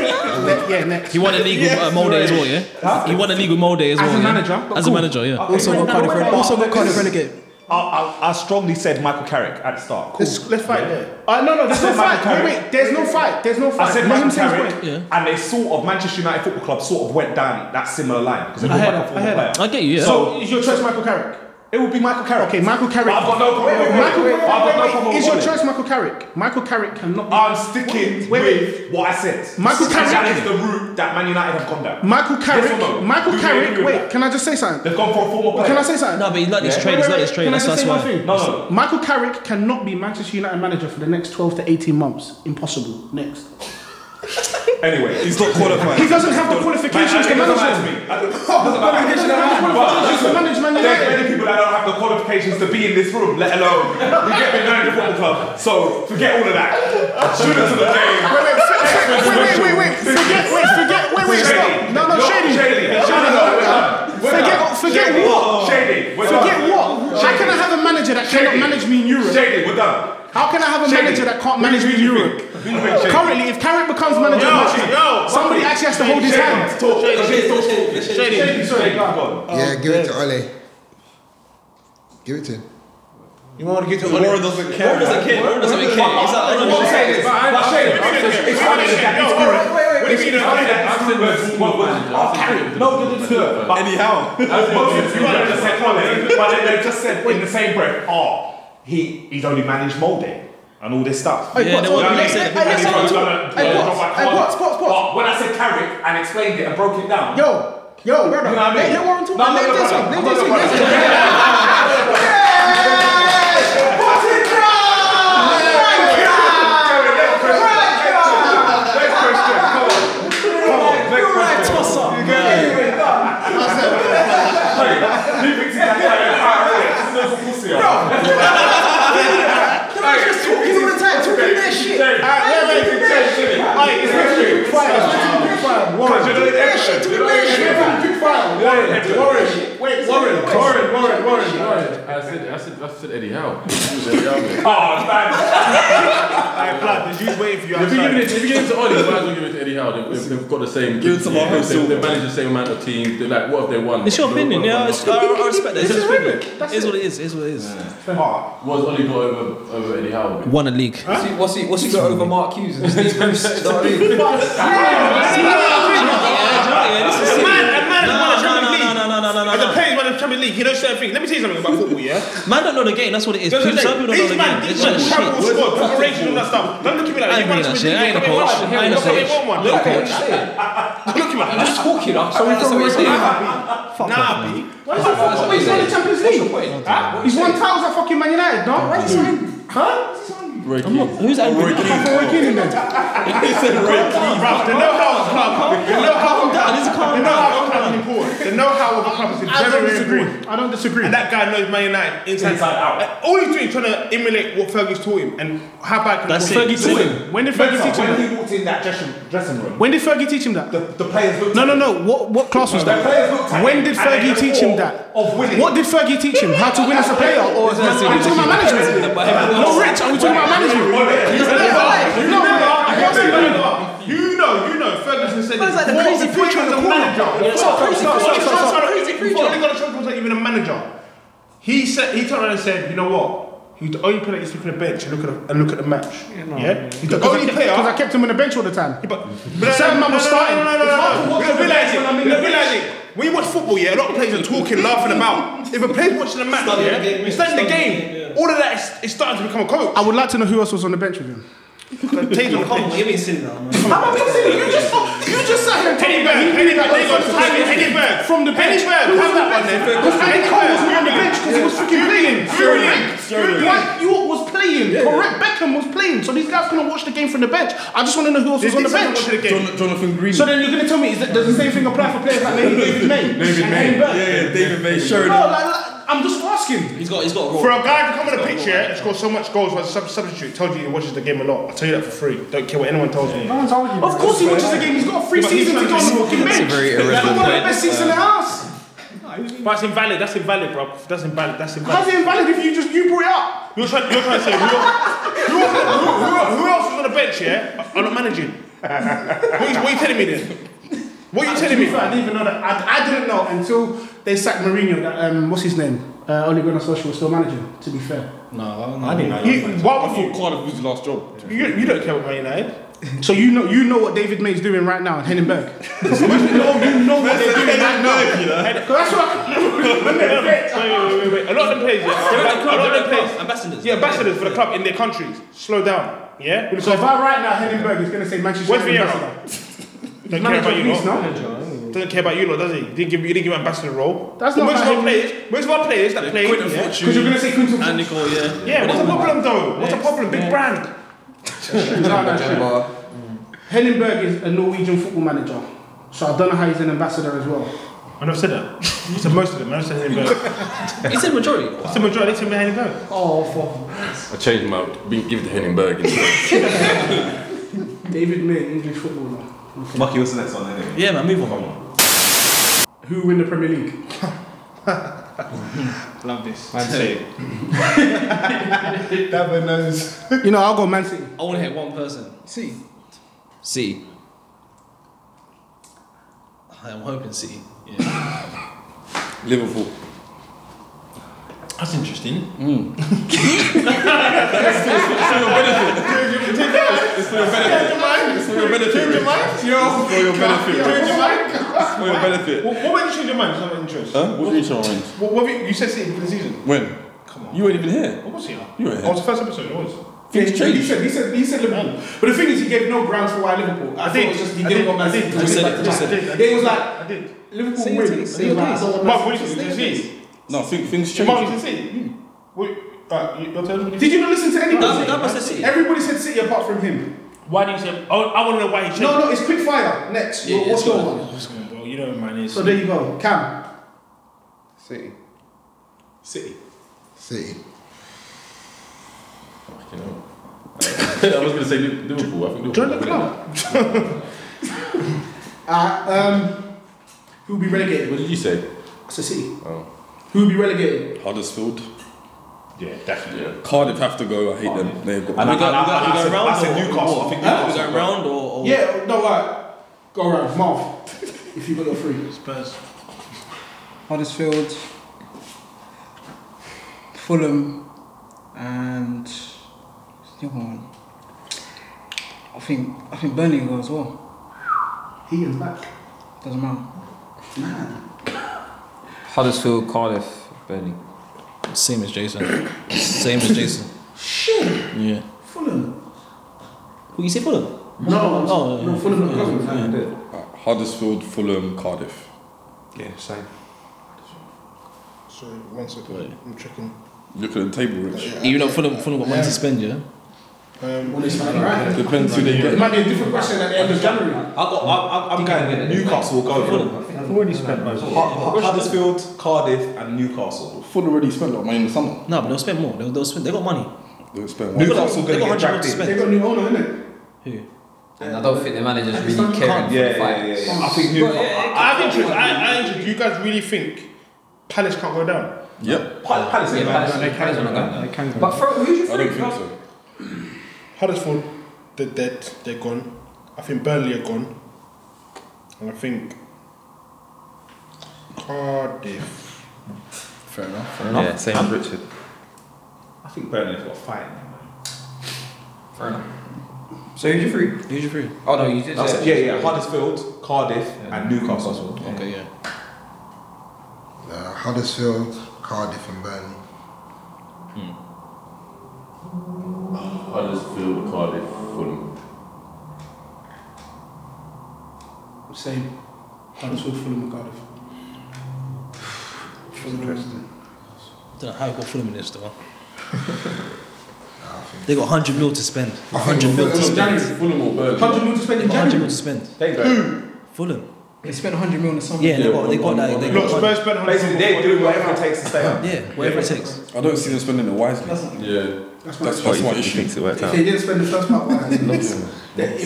Ne- yeah, next. He won a league with uh, Molde as well, yeah? He won a league with Molde as As well. a yeah? manager, but As cool. a manager, yeah. Okay. Also, Wait, no, wait, wait. also got Cardiff relegated. I, I, I strongly said Michael Carrick at the start. Cool. Let's, let's fight there. Uh, no, no, there's no Said Michael fight. Wait, Carrick. wait, there's no fight. There's no fight. I Let said him Michael say his Carrick, point. and they sort of Manchester United Football Club sort of went down that similar line because they I brought heard back a that, I former heard player. that. I get you, yeah. So Is your choice Michael Carrick? it would be Michael Carrick. Okay, Michael Carrick. But I've got no problem Wait, wait, with wait, Michael- wait, I've got wait, no wait. problem Is with your Ollie. choice Michael Carrick? Michael Carrick cannot. be- I'm sticking Wait, wait. with what I said. Michael And Carrick- That is the route that Man United have gone down. Michael Yes Carrick. or no? Michael Do you agree Carrick. with Wait, that? can I just say something? They've gone for a former player. Can I say something? No, but he's not his Yeah. trade. Wait, He's wait, not his wait. trade. Can I That's just that's say one why. thing? No, no. Michael Carrick cannot be Manchester United manager for the next 12 to 18 months. Impossible. Next. Anyway, He's not qualified. He doesn't have the qualifications to Man, manage doesn't matter them. to me. I don't- doesn't matter. Doesn't have the But qualifications to listen, manage Man There's United. many people that don't have the qualifications to be in this room, let alone you get me knowing the football club. So forget all of that. Shoot us to the game. Wait, wait, wait, wait, wait, wait. Forget, wait, forget, wait, wait, stop. No, no, Shady. Shady. No, no, Shady, no, no, we're done. no. We're Forget, done. forget Shady. what? Shady, we're Forget done. what? How can I have a manager that cannot Shady. manage me in Europe? Shady, we're done. How can I have a Shady. manager that can't Who manage do me you in Europe? think? Who do you think, Shady? Currently, if Carrick becomes manager of Yo, Manchester, yo, somebody Shady. actually has to hold his Shady, hand. Talk. Shady, talk. Shady. Shady, sorry, go on. Yeah, give it to Ollie. Give it to him. You want to get to Warren doesn't care. doesn't care. Warren doesn't care. He's like, oh, no, I'm saying this, but I'm not saying it. It's What do you mean? I'll carry it. No, no, no, no. But Anyhow. as most of you might have just said Ollie, but then they just said in the same breath, oh, he, he's only managed Molde and all this stuff. Yeah, they want to I make mean? sense. And he's Hey, gonna- hey, gonna Potts, drop hey, my Potts, Potts, Potts. But when I said carrot and explained it and broke it down, Yo, yo, brother. You know what I mean? Let Warren talk. No, no, Let no, him brother. talk. Let him No, no, talk. brother. Let him talk. Yes! Put it down! next question, come on. Come on, next You're right, question. tosser. You get it? Hey, he thinks he can carry a carrot. He's a pussy, yo. The man's just talking all the time, talking their shit. Warren, Warren, Warren, Warren. I said, I said, I said Eddie Howe. Eddie Howe. man. Ah, Oh, Alright, man. blood. The dude's waiting for you If you give outside. it, if you give it to Ollie, you might as well give it to Eddie Howe. They- They've, they've got the same. Give it to Marco they- Silva. They manage the same amount of teams. They're like, what have they won? It's your They don't opinion, want yeah. one It's, I, I respect that. It's This your is opinion. women. That's It is what it is. It is what it is. Oh, nothing. What's Ollie got over, over Eddie Howe? Won a league. What's he, what's he got over Mark Hughes and Steve Bruce? Do you know what I mean? Yeah, yeah, yeah, this is silly. man has won No, a no, Champions no, no, no, no, no, no, no, no, As a no. player, he's one of the Champions League. He knows certain things. Let me tell you something about football, yeah? Man don't know the game. That's what it is. That's People- what Some I'm people saying. don't know the game. It's These man, these man just travel shit. squad, preparation, all that stuff. Don't look at me like I ain't you reading want that to shit. I ain't a win coach. the I ain't a Look at him, coach. one. Look Look at at him. Look at him. I'm just talking. I'm So sorry. we're That's what from we're saying. Nah, B. Why is that That's what fucking he's I'm won the saying. Champions League? Huh? He's won titles at fucking Man United, no? Why is he signing? Huh? I'm not, who's that? Roy Apart from Roy Keane in there. He said Rick Keane. Bruv, the know-how of a club. The know-how of a club. The know-how of a club is important. The know-how of a club is I very, don't very disagree. important. I don't disagree. And that guy knows Man United inside, Inside out. And all he's doing is trying to emulate what Fergie's taught him. And how bad can That's what Fergie taught taught him? When did Fergie teach him When that? he walked in that dressing, dressing room, When did Fergie teach him that? the, the players looked No, no, at no. him. What what class was The that? players looked at When him did and Fergie they had teach a him form that? of winning. What did Fergie teach him? How to win as a player? Or is that, are we talking about management? Are we talking about management? You No, remember? no, You remember? You know, you know. Ferguson said Man's like the before- crazy before preacher he in was the a corner. manager. Yeah, Before- crazy preacher, before- before- crazy before- preacher. Before he got a job, he wasn't even a manager. He said he turned around and said, you know what? He's the only player that used to look at the bench and look at the, and look at the match. Yeah, he's the only player. Because I kept him on the bench all the time. But Certain man no, was no, starting. No, no, no, It's hard to no. no. watch You don't the realise match it. when I'm in You don't the realise pitch. it. When you watch football, yeah, a lot of players are talking, laughing about. If a player's watching the match, Studying the yeah, game, he's studying the studying game. All of that is it's starting to become a coach. I would like to know who else was on the bench with him. Taylor on the bench. You're being silly now, man. How am I being silly? You just fuck- you just sat here and Eddie told me Bird, that he Eddie knew Bird, that they got was to time Eddie Bird. from the bench. Eddie Bird, Who was on have the that one bench? there. Because Andy Eddie Cole Bird. was on the bench because he was freaking playing. Sterling, Sterling. Dwight York was playing. Correct. Beckham was playing. So these guys couldn't watch the game from the bench. I just want to know who else was on the bench. Jon- Jonathan Green. So then you're going to tell me is that, does the same thing apply for players like maybe David May? David and May. Harry Yeah, Burton? yeah, David May. No, Showed like, him. like, I'm just asking. He's got, he's got a For a guy to come on the pitch here and score so much goals as a sub- substitute, told you he watches the game a lot. I tell you that for free. Don't care what anyone tells you. one's arguing. Of course he watches the game. He's got a free But he's season to go on the fucking bench. very He's got irrelevant one of the point. best seasons in the house. But that's invalid. That's invalid, bro. That's invalid. That's How's it invalid. invalid if you just you brought it up? You're trying, you're trying to say who, who, who, who, who else was on the bench here? Yeah? I'm not managing. What you, what you telling me then? What are you telling me? I didn't even know that. I, I didn't know until they sacked Mourinho that um, what's his name? Uh, Ole Gunnar Solskjaer was still managing. To be fair, No, I didn't know that. You, why I would thought you? Cardiff was his last job. You, you don't care about Man United. so you know you know what David May's doing right now in Hindenburg. you know you know what they're doing right now. Because that's what. wait, wait, wait, wait. A lot of them players, yeah. They're at a the club, lot they're of them at the players, club. Ambassadors. yeah, ambassadors for the club in their countries. Slow down, yeah. Because So if I right now Hindenburg is going to say Manchester. Where's United Vieira? Don't care Manager about you Greece, lot. no? Doesn't care about you lot, does he? You didn't give you didn't give him ambassador role. That's But not most about of our him. players. Most of our players that play. Quinton Yeah, Fortune. 'Cause you're gonna say Quinton And Nicole, yeah. Yeah, what's the problem though? What's the Yeah. problem? Big brand. No, no, no. Hindenburg is a Norwegian football manager, so I don't know how he's an ambassador as well. I never said that. So most of them, I never said Hindenburg. He said majority. It's the majority of Hindenburg. Oh, for I changed my being give it to Henningberg. David May, English footballer. Mucky, what's the next one anyway? Yeah, man, move on. Who win the Premier League? Love this. Man City. That one knows. You know, I'll go Man City. I want to hit one person. See, C. I'm hoping C. Yeah. Liverpool. That's interesting. Hmm. It's for your benefit. It's for your benefit. It's for your benefit. It's for your benefit. What what made you change your mind? It's not interest. Huh? What are you trying? What, what you, you said City for the season? When? Come on. You weren't even here. I was here. You were I here. was the first episode. I was. Yeah, Things he, he changed. said he said he said Liverpool. But the thing is, he gave no grounds for why Liverpool. I, I thought did. it was just he I didn't did. want Man I City. did. to I win said back it. to I back. did. I Yeah, he was like I did. Liverpool Say it, win. say it, He was like, please. I don't want Man Mark, what did City you to win. see? No, thing, things Mark, what changed. did you see? Wait, uh, you- you're telling me? Did you not listen to anybody? That- that was the City. Everybody said City apart from him. Why do you say? Oh, I want to know why he changed. No, no, it's quick fire. Next, Yeah, What- yeah, what's it's your fine. one? Bro, you know what mine is. So there you go, Cam. City. City. City. Fucking hell. I was going to say Li- Liverpool. I think Liverpool. Join the club. Uh, um, who will be relegated? What did you say? So City. Oh. Who will be relegated? Huddersfield. Yeah, definitely. Cardiff have to go. I hate them. They've got. We got, we got, we I got said- round I said or- Newcastle. or- I think We Newcastle. got round or, or Yeah, no, right. Go around, Marv. If you got your three. Spurs. Huddersfield, Fulham, and what's the other one? I think I think Burnley will go as well. He is back. Doesn't matter. Huddersfield, Cardiff, Burnley. Same as Jason. Same as Jason. Shit. Yeah. Fulham. Who you say Fulham? No, Oh, yeah. no, Fulham not Cardiff. Uh, Huddersfield, Fulham, Cardiff. Yeah, same. Sorry, one second. I'm checking. Look at the table, Rich. Even though Fulham, Fulham got money to spend, yeah. Um, Well, it's not right. Depends who they get. It might be a different question at the end of January. I got. I'm, I'm going Newcastle go. I've already spent most. Hu- Hu- Huddersfield, Cardiff, and Newcastle. Fulham already spent a lot of money in the summer. No, but they'll spend more. They'll, they'll spend. They got money. They'll spend Newcastle gonna They got 100 get dragged to in. spend. They got a new owner, innit? And I don't think the manager's At this really caring time, for yeah, the yeah, fight. yeah, yeah. I think Newcastle. I have interest. I, I interest. Do you guys really think Palace can't go down? Yep. Pal- Palace ain't Yeah, bad. Palace- Palace are not going down. They can go. But for, who's your I don't three? think so. Huddersfield, they're dead. They're gone. I think Burnley are gone. And I think Cardiff. Fair enough. Yeah, same as Richard. I think Burnley's got a fight. in them, Fair enough. So who's your three? Who's your three? Oh no, you did. man. That's it. say- Yeah, yeah. Huddersfield, Cardiff, and Newcastle. Okay, yeah. Uh, Huddersfield, Cardiff, and Burnley. Huddersfield, Cardiff, Fulham. Same. Huddersfield, Fulham, and Cardiff. Interesting. Don't know how you got Fulham in this though. I think. They got 100 mil to spend. 100 mil to Fulham, spend. January, Fulham or Burnley. 100 mil to spend in 100 mil January. to spend. They go. Fulham. They spent 100 million this summer. Yeah, they got. They got that. They Look, got. Spurs spent 100 Basically, they're doing whatever it takes to stay up. Yeah, whatever it takes. I don't see them spending it wisely. Yeah. That's my That's issue. That's that's my what he issue. thinks it worked If out. they didn't spend the first part, why? if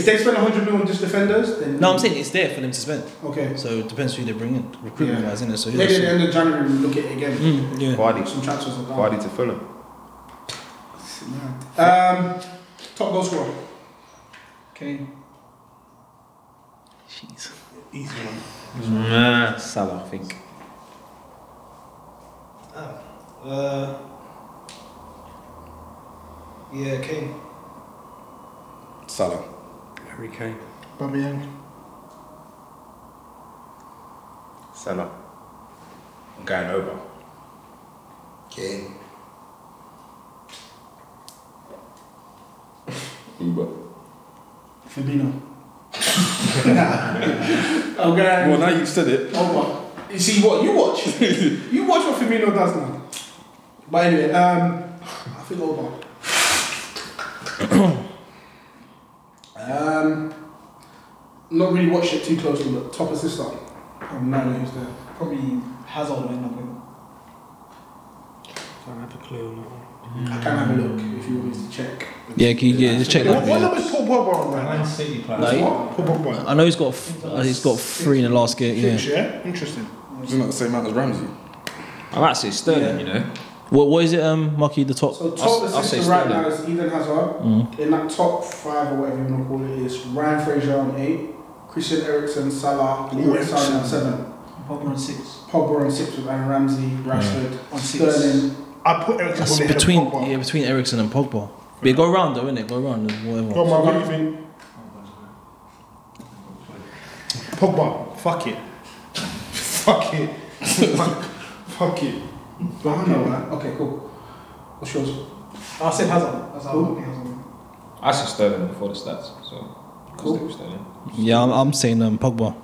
they spend 100 million on just defenders, then. No, I'm saying it's there for them to spend. Okay. So it depends who they bring in, recruitment wise, innit? So Maybe at the yeah. end of January we'll look at it again. Mm, yeah. Vardy. Some transfers are done. Vardy to Fulham. Um, top goal scorer. Okay. Jeez. Easy one. Nah, Salah, I think. Uh, yeah, okay. Salah. Harry Kane. Aubameyang. Salah. I'm going over. Kane. Uber. Firmino. okay. Well, now you've said it. Over. You see what you watch. you watch what Firmino does now. But anyway, um, I think over. um, not really watched it too closely, but top assist up. I'm not who's there. Probably Hazard will end up with. Don't have a clue on that one. I can have a look if you want me to check. Yeah, can you, yeah, just check What- that. what Yeah. number is Paul Pogba on right Man now? City player. Like, What? Paul Pogba. I know he's got. f- uh, He's got three in the last game. Yeah. Yeah. yeah? Interesting. Isn't that the same amount as Ramsey? I'm actually Sterling, you know. What What is it? Um, Marky, the top. So top I'll- I'll say assister right Sterling. now is Eden Hazard. Mm. In that top five or whatever you want to call it is Ryan Fraser on eight, Christian Eriksen, Salah, Leroy Sané on seven, Pogba on six. Pogba on six with Aaron Ramsey, Rashford, On six. Sterling. I put Eric That's between yeah between Ericsson and Pogba. But go round though, innit? Go round and whatever. Pogba, what do you think? Pogba, fuck it. fuck it. fuck, fuck it. I don't know, man. Okay, cool. What's yours? I said Hazard. That's Cool. Hazard. Hazard. I said Sterling before the stats, so. I'll Cool. stick with Sterling. Yeah, I'm, I'm saying um, Pogba.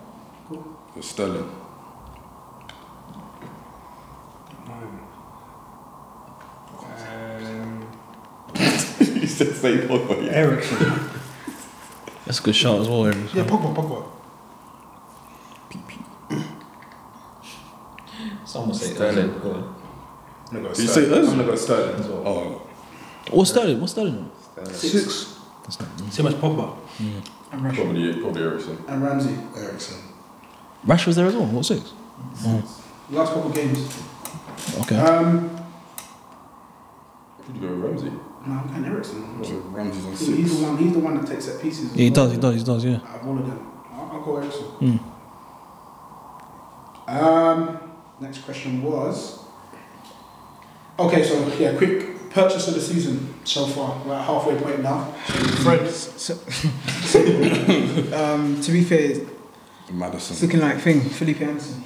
It's Sterling. Um, he said same Pogba. Yeah. Ericsson. That's a good shot as well. Ericsson. Yeah, Pogba, Pogba. Someone say Sterling. Sterling. Go on. I'm gonna go Did you Sterling. say Ozil? I'm gonna go Sterling as well. Oh, What's Sterling? What's Sterling? Six. That's not Too much Pogba. And Rashford. probably probably Ericsson. And Ramsey. Ericsson. Rashford's there as well. What six? Last couple of games. Okay. Um, Did you go with Ramsey? no, and Eriksen. So Ramsey's on He's six. the one. He's the one that takes set pieces. as Yeah, he well. does. He does. He does. Yeah. Out of all of them, I'll, I'll go Ericsson. Mm. Hmm. Um, next question was. Okay, so yeah, quick purchase of the season so far. We're at halfway point now. So, um, to be fair, it's Madison. looking like thing Felipe Anderson.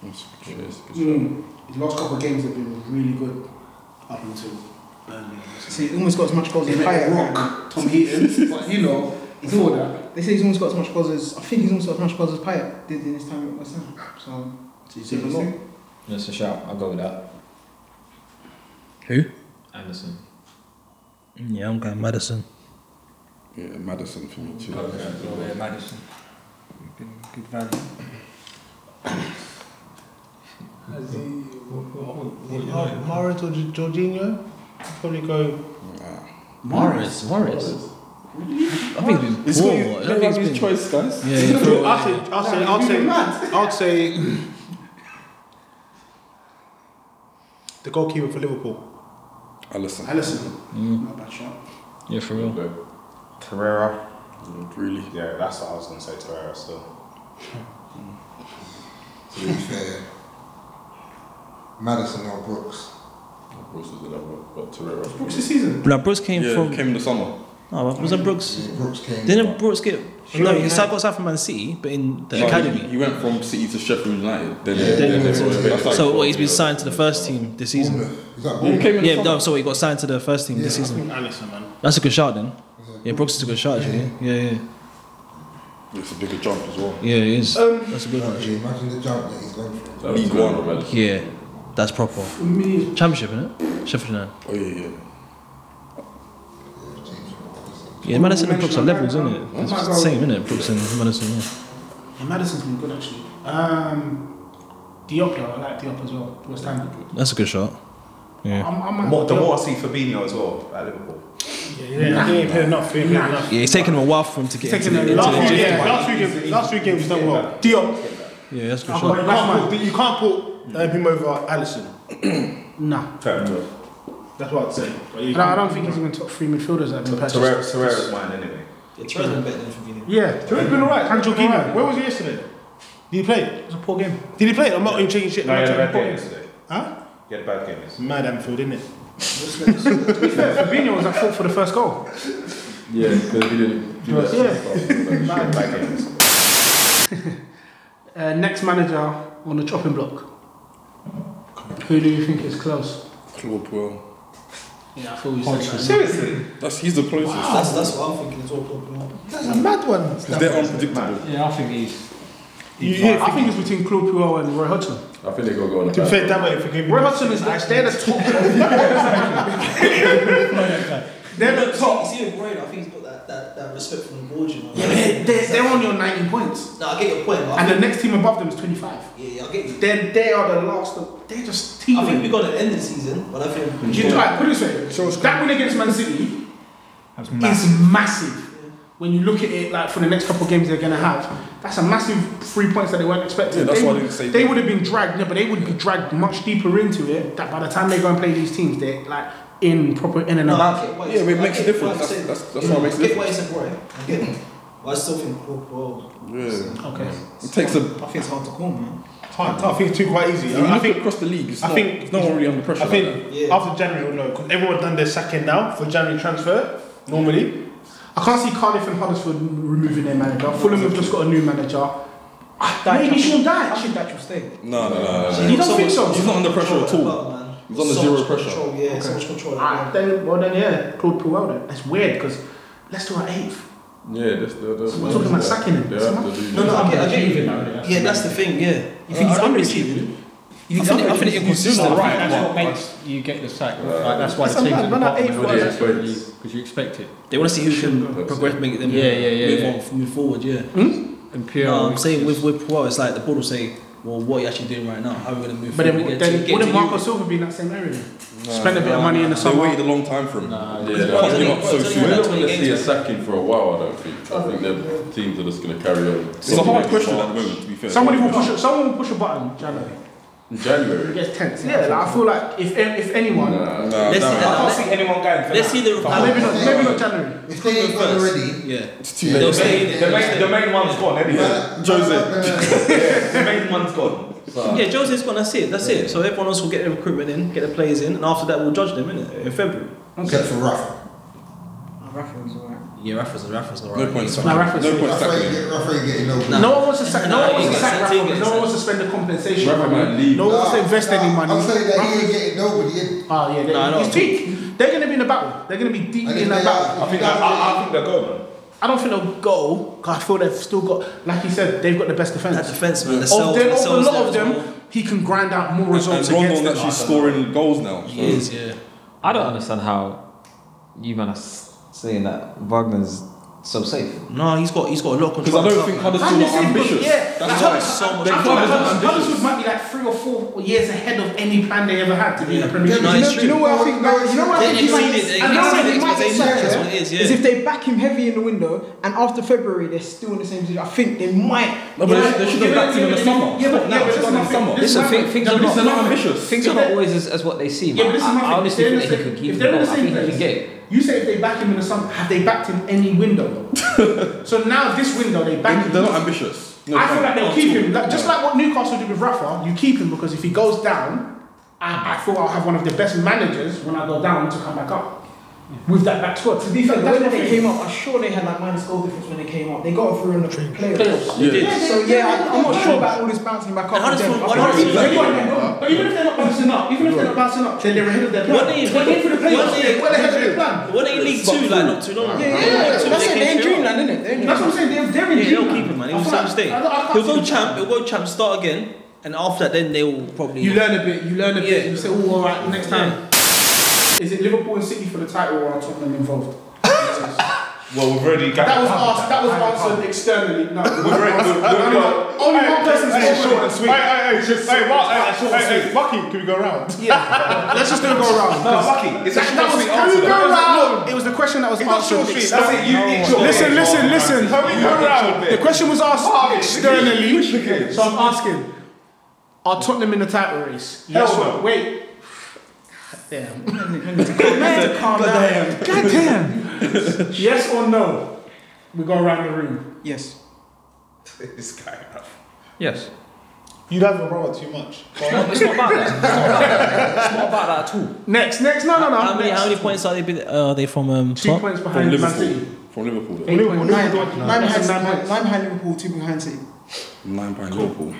Hmm. Mm. His last couple of games have been really good up until Burnley. See, he almost got as much goals They as let it Hayek. rock Tom Heaton, but you know, it's all that. They say he's almost got as much goals as I think he's almost got as much goals as Payet did in his time at West Ham. So, so he's doing a lot. That's a shout. I'll go with that. Who? Anderson. Yeah, I'm going Madison. Yeah, Madison for me too. Okay. Madison. Good, good value. Morris or Gi- Jorginho? Probably go. Morris, Morris. I think he's It's poor. got- I think let he's him been- his choice, guys. Yeah, he's poor. I'll say, I'll say, I'll say, I'll say, the goalkeeper for Liverpool. Allison. Allison. Mm. Not a bad shot. Yeah, for real. Terrera. Really? Yeah, that's what I was going to say, Torreira, still. To be fair, Madison or Brooks. Brooks was another one, but Torreira. Brooks this season. Now Brooks came Yeah, from. came in the summer. No, was it Brooks? Brooks came. Didn't Brooks get? Sure, no, yeah. he got signed from Man City, but in the No, academy. He, he went from City to Sheffield United. Then, Then he went that's to- like- so what? He's been signed to the first team this season. Bournemouth? Came in the Yeah, summer. no, so he got signed to the first team this season. Allison, man. That's a good shot then. Yeah, Brooks is a good shot actually. Yeah, yeah, It's a bigger jump as well. yeah. He is. Um, That's a good one. Oh, Imagine the jump that he's gone through. League One already. Yeah, that's proper. me- Championship, innit? Sheffield United. Oh yeah, yeah. Yeah, Madison and Brooks are levels, isn't it? Oh, It's my the God. same, isn't it? Brooks and Madison. Yeah. Yeah, Madison's been good actually. Um, Diop, though, I like Diop as well. West Ham. That's a good shot. Yeah. I'm, I'm, The more, the more I see Fabinho as well at Liverpool. Yeah, yeah, he ain't played enough. He ain't played enough. Yeah, it's taken him a while for him to get Taken into the, him into a the long gym. time. Yeah, last three games, last three games he's done well. Diop. Yeah, that's a good But you shot. can't put, you can't put uh, him over Allison. Nah. Fair enough. That's what I'd say. But you I don't, I don't can't- think he's even top three midfielders that have Mm. been purchased. Torreira, Torreira's mine anyway. Yeah, Torreira's been alright. And Jorginho. Where was he yesterday? Did he play? It was a poor game. Did he play? I'm not even changing shit. No, I'm he not had a bad changing game points. yesterday. Huh? He had a bad game yesterday. Mad Anfield, isn't it? Fabinho was at fault for the first goal. Yeah, because he didn't. do that Yeah. stuff. He had a bad game yesterday. Uh, next manager on the chopping block. Who do you think is close? Claude Puel. Yeah, I thought we said that. Seriously? That's he's the closest. That's, that's what I'm thinking as well. probably not. That's a mad one. Because they're unpredictable. Yeah, I think he's. Yeah, I think it's between Claude Puel and Roy Hodgson. I think they're gonna go on To the be back. fair, that way, if we gave Roy Hodgson is the, they're the top. they're the top. See, see, Moreno, I think he's got that, that, that respect from the board, you know. Yeah, they're, they're, they're only on 90 points. No, I get your point. But I And the think, next team above them is 25. yeah, yeah, I get you. Then they are the last of. They're just I think we teaming. got to end the season, but I think. Do you try? Put it this way. that win against Man City is massive. When you look at it, like for the next couple of games they're going to have, that's a massive three points that they weren't expecting. Yeah, that's they why I would, didn't say they that. would have been dragged, no, but they would be dragged much deeper into it. That by the time they go and play these teams, they're like in proper in and No, about. I get what Yeah, but it I makes a get what you're difference. That's- saying. that's- that's what Yeah, makes a I get what you're saying, Roy. I get it. But I still think Klopp will. Yeah. Okay. It takes a. I think it's hard to call, man. Hard, tough. I think it's too quite easy. You I look think across the league. It's I not, think- it's no one really under pressure. I like that. think Yeah. after January we'll know because everyone done their sacking now for January transfer normally. I can't see Cardiff and Huddersfield removing their manager. Fulham have just got a new manager. Maybe Sean I Dyche. think that will stay. No, no, no, no. You don't think so? He's not under pressure at all. He's under so zero much pressure. Control, yeah, so much control. Ah, yeah. then, well then, yeah, Claude Puel then. That's weird because Leicester are eighth. Yeah, that's the. That's We're talking about sacking him. They It's have mad. to do No, no, I get, I get you. Yeah. Yeah, that's the thing. Yeah. You think he's underachieved? You think I think it's inconsistent. Right, that's what makes you get the sack. like, that's why That's the a team's man, at the man, bottom eight of for the us. because you expect it. They want to see who can progress, make them Yeah, yeah, yeah, move, yeah. On, move forward. Yeah. Imperial. No, I'm saying with with Poel, it's like the board will say, "Well, what are you actually doing right now? How are we going to move But forward?" then, to get then to, get wouldn't to Marco Europe?" Silva be in that same area? then? No, Spend a bit of no, money in the They summer. waited a long time for him. Nah, yeah, it's they're not giving up so it's only soon. We're like not 20 going to see a games. sacking for a while, I don't think. I think the teams are just going to carry on. a hard question at the moment, to be fair. Somebody will push. A, someone will push a button. January. In January. It gets tense. Yeah, like, I feel like if if anyone, Nah, nah, Let's see nah. that. I can't see anyone going for Let's see that. the Ah, maybe not maybe not January. If they ain't won already, Yeah, It's too they'll late. stay in The there. main, the main one's gone anyway. Man- Jose. Man- man- the main one's gone. Yeah, Jose's gone. That's it. That's it. So everyone else will get their recruitment in, get their players in, and after that we'll judge them, innit? In February. Except for Rafa. Oh, Rafa was alright. Yeah, Rafa's Rafa's not No right. point sacking No, him. Rafa's- No point Rafa sacking ain't him. get- Rafa ain't getting no- No one wants to sack- no one wants to sack Rafa, no one wants to spend the compensation Rafa money. might leave. No one wants to invest any money. I'm saying that he Rafa's- ain't getting nobody. He- Oh yeah, they, Nah, I know. it's deep. They're going to be in the battle. They're going to be deep And in if that they battle. are- I think- I- I- I think they're going. I don't think they'll go because I feel they've still got, like you said, they've got the best defense. That defense, man, the Of cell- them, the of a cells lot there of as them, well. he can grind out more results and against Rondon's them. actually scoring goals now. So. yeah. I don't understand how you man are s- saying that Wagner's so safe. No, he's got he's got a lot of Because I don't think Huddersfield And are the same thing, ambitious. Yeah, That's like, why Huddersfield- it's so much- I Their thought club is not Huddersfield- ambitious. Huddersfield might be like three or four years ahead of any plan they ever had to be in the Premier League. No, it's you know true. what I think? No, you know what I they think? he might- exceeded- they and that's exceeded what he might expectations, decide, that's yeah? what it is, yeah. Is if they back him heavy in the window and after February they're still in the same position, I think they might. No, but they- they should have backed him in the summer. Yeah, but Stop now, yeah, but stop listen, in the summer. Listen, Yeah, thi- but things this are is not, not ambitious. Things Yeah, are but- not always as, as what they seem. Yeah, but this is I, my I thing. honestly If think they're in the that he could same- keep if the they're in ball. the I same think he place, can get it. You say if they back him in the summer, have they backed him any window? so now this window they back him. They're not ambitious. No, I feel no, like they'll not keep at all. him. Like, just like what Newcastle did with Rafa, you keep him because if he goes down, I, I feel I'll have one of the best managers when I go down to come back up. With that back squad. To be fair, But that's when what they came up, I'm sure they had like minus goal difference when they came up. They got through in the playoffs. Playoffs. Yeah. Yeah, So they- yeah, I- I'm they- not sure about all this bouncing back up. with them. But even if they're not- but even if they're not bouncing up, even if they're not bouncing up, then they're ahead of their plan. What they- They're going for the what playoffs. they- They're well ahead of their plan. What they league two like not too long ago. Yeah, yeah, League yeah. Two, That's they it, came they're in through. dreamland, innit? They're in That's what I'm saying, they're- they're in yeah, dreamland. They'll keep him, man. It I was feel like- a mistake. I don't- I can't He'll see go the- champ. He'll go champ. Start again, and after that, then they'll probably. You learn a bit. You learn a bit. You say, "Oh, all right, next time." Is it Liverpool and City for the title, or are Tottenham involved? Well, we've already got That was asked. That was answered externally. No, We've already- we've Only got- one- only one person's Hey, spoken. short and sweet. Hey, hey, hey, just- hey, Mark, hey, hey, hey, Bucky, can we go round? Yeah. Let's just do a go around. No, Bucky, it's a That- short, that was- sweet can answer, we go though. round? It was the question that was It's not answered. short, sweet. That's it, you- it's your Listen, game. listen, listen. Can we go round? The question was asked Mark, externally, which game? so I'm asking: Are Tottenham in the title race? Yes, Hell no. Wait. Damn. Man, calm down. God damn. Yes or no? We go around the room. Yes. This guy. Yes. You love your brother too much. It's not- it's not about that. It's not about that. It's not about that at all. Next, next, no, no, no. How many, how many points are they? Be, uh, are they from um, Two top? points From Liverpool. From Liverpool. Eight Liverpool, points. Nine Nine nine points. behind Nine nine points. behind Liverpool, two behind City, Nine by Liverpool.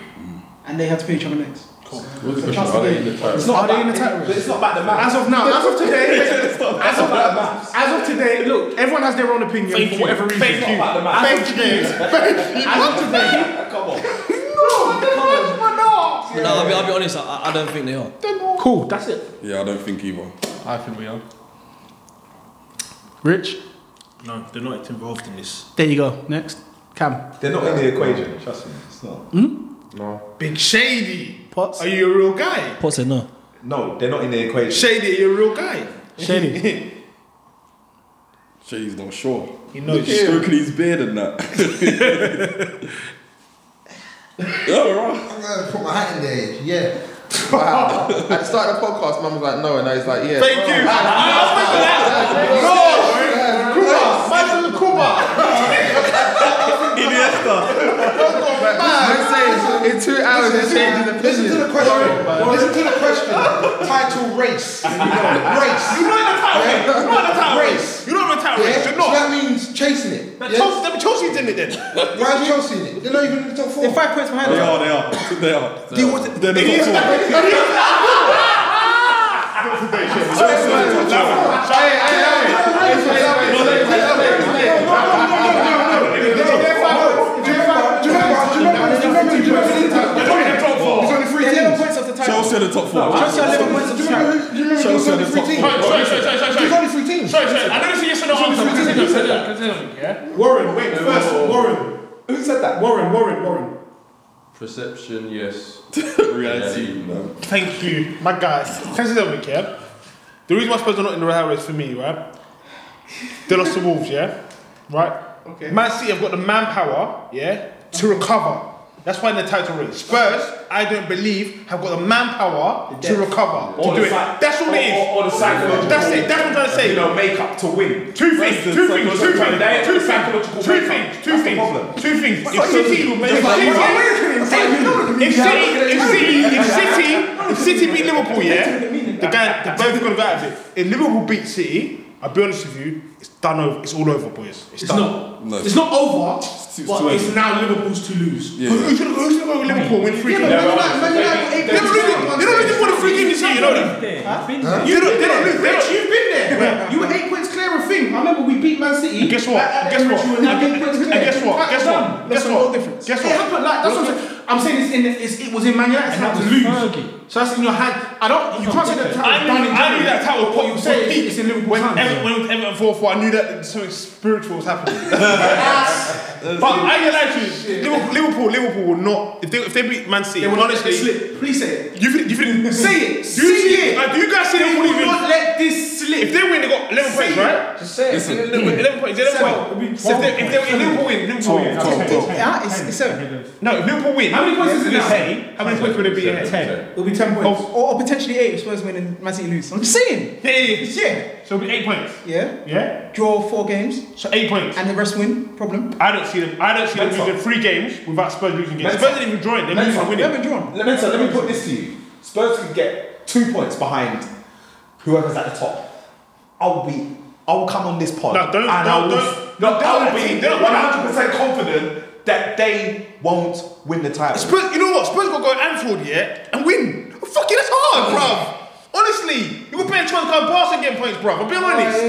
and they had to play each other next. What's the question? Are they in the title? It's not about the title. It's not about the math. As of now, as of today, as, of, as of today, look, everyone has their own opinion Thank for you. whatever reason. Thank you. As of Thank today, you. as of today, Come on. No, I'll be, I'll be honest. I, I don't think they are. Cool, that's it. Yeah, I don't think either. I think we are. Rich, No, they're not involved in this. there you go. Next, Cam. They're not in the equation, trust me. It's not. No. Big Shady. Are you a real guy? Pot said no. No, they're not in the equation. Shady, are you a real guy? Shady. Shady's not sure. He knows He's you. stroking his beard and that. yeah, right. I'm gonna put my hat in there. Yeah. Wow. At the start of the podcast, Mum was like, no, and I was like, yeah. Thank you. I asked him for that. No. Kuba. Michael Kuba. Iniesta. Man, in two hours, they're changing the Listen to the question. Listen to the question. Title race. Race. You're not in the title race. You're not in the title race. You're not in the title Yeah, race. so You're not. that means chasing it. Then yeah? Chelsea- then Chelsea's in it then. Why is Chelsea in it? They're not even in the top four. They're five points behind. They are, they are. They are. Do you want to- They're the top four. Chelsea are the top four. Chelsea are the top four. Warren, wait, first, Warren. Who said that? Warren, Warren, Warren. Perception, yes. Reality, no. Thank you, my guys. Thanks for week, yeah? The reason why Spurs are not in the title race for me, right? They lost to Wolves, yeah? Right? Okay. Man City have got the manpower, yeah, to recover. That's why in the title race. Spurs, I don't believe, have got the manpower to recover. Or to do the it. psych- That's all it is. or- or- or the psychological- That's it. That's what I'm trying to say. You know, make up to win. Two things. That's the Two things. Two psychological- things. They ain't Two the things. psychological Two makeup. things. Two things. Two things. That's If what City, you do. if That's City, what you do. if City, if City, if City, if City beat Liverpool, yeah, the guy, the both gonna go out of it. If Liverpool beat City, I'll be honest with you, it's done over. It's all over, boys. It's, It's done. not. No. It's not over, it's but too it's early. now Liverpool's to lose. Yeah. Who- Who's going to go with Liverpool win three Yeah, games? but Man United- Man United- They they don't really- they don't really want a free game this year, you know that? Huh? been there. You've They don't- been they don't there. lose- they Rich, don't- you've been there. Yeah. You were eight points clear of thing. I remember we beat Man City. And guess what? At- at Guess Emirates, what? you were nine And- points and clear. guess what? Fact Guess done. That's what? Guess the what? whole difference. Guess it what? happened like that's what I'm Look- saying. I'm saying it's in the, it's, it was in Man United's hand to lose. So that's in your hand. I don't. You can't say that. I knew, I knew that tower what you say it's in Liverpool when hands, Ever, when it was Everton 4 4 I knew that something spiritual was happening but I can lie to you Liverpool, Liverpool Liverpool will not if they, if they beat Man City They will not let honestly this slip. Please say it. you think, you think, Say it. do Say you see- it. like, do you guys see They Liverpool will even- not let this slip. if they win they got 11 Say points it. right Just say it. Listen, Say it. 11, 11 points 11 Seven. points Seven if they, if they win Liverpool win Liverpool win Yeah, it's, it's seven. no if Liverpool win How many points is it now? Hey, how many points would it be ahead It'll be ten points. Or, or potentially eight if Spurs win and Man City lose. I'm just saying. Yeah, yeah, yeah. So it'll be eight points. Yeah. Yeah. Draw four games. So eight points. And the rest win. Problem. I don't see them I don't see them Mental. losing three games without Spurs losing games Mental. Spurs didn't even draw it they're losing winning Let me, let me put this to you. Spurs could get two points behind whoever's at the top. I'll be. I'll come on this pod. No, don't- and I don't- will, don't- no, I'll be don't- don't- 100% confident that they won't win the title. Spurs, you know what? Spurs got to go to Anfield, yeah, and win. Fucking, that's hard, bruv. Honestly, you were playing trying to come past and get points, bruv. I'm being honest.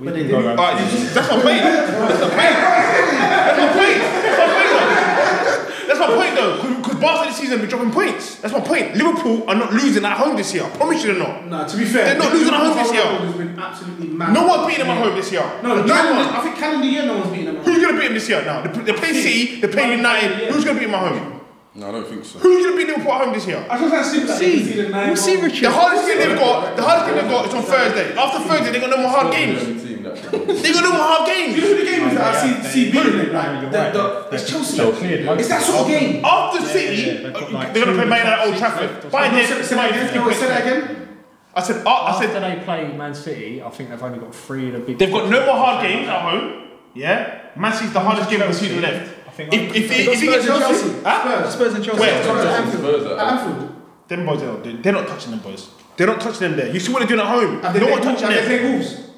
But they didn't. Alright, you- that's my point. That's my point. That's my point. That's my point, though. That's my point, though. Because Barca this season be dropping points. That's my point. Liverpool are not losing at home this year. I promise you they're not. No, to be fair, They're not losing at home this year. Has been absolutely mad. No one beating them at home this year. No, no, No calendar, one. I think calendar year no one's beating them. At home. Who's going to beat them this year now? They're they're playing City, they're playing United. Who's going to beat them at home? No, I don't think so. Who's going to beat Liverpool at home this year? I just can't see that. See. they conceded nine We'll see, goals. The hardest game they've got, the hardest game they've got is on Thursday. After Thursday, they got no more hard games. They got no more hard games. You know who the game is that I see, see beating them. Like, it's Chelsea. It's that sort of game. After City, uh, they're gonna play Man United at Old Trafford. By then, Say that again. No, say that again. I said, uh, I After they play Man City, I think they've only got three of the big. They've got no more hard games at home. Yeah, Man City's the hardest game of the season left. If if if, if, he gets Chelsea, huh? Spurs and Chelsea. Where? Spurs and Anfield. At Anfield. Them boys, they're not, doing- they're not touching them boys. They're not touching them there. You see what they're doing at home. Have they no played one Wolves? touching Have them. they played Wolves?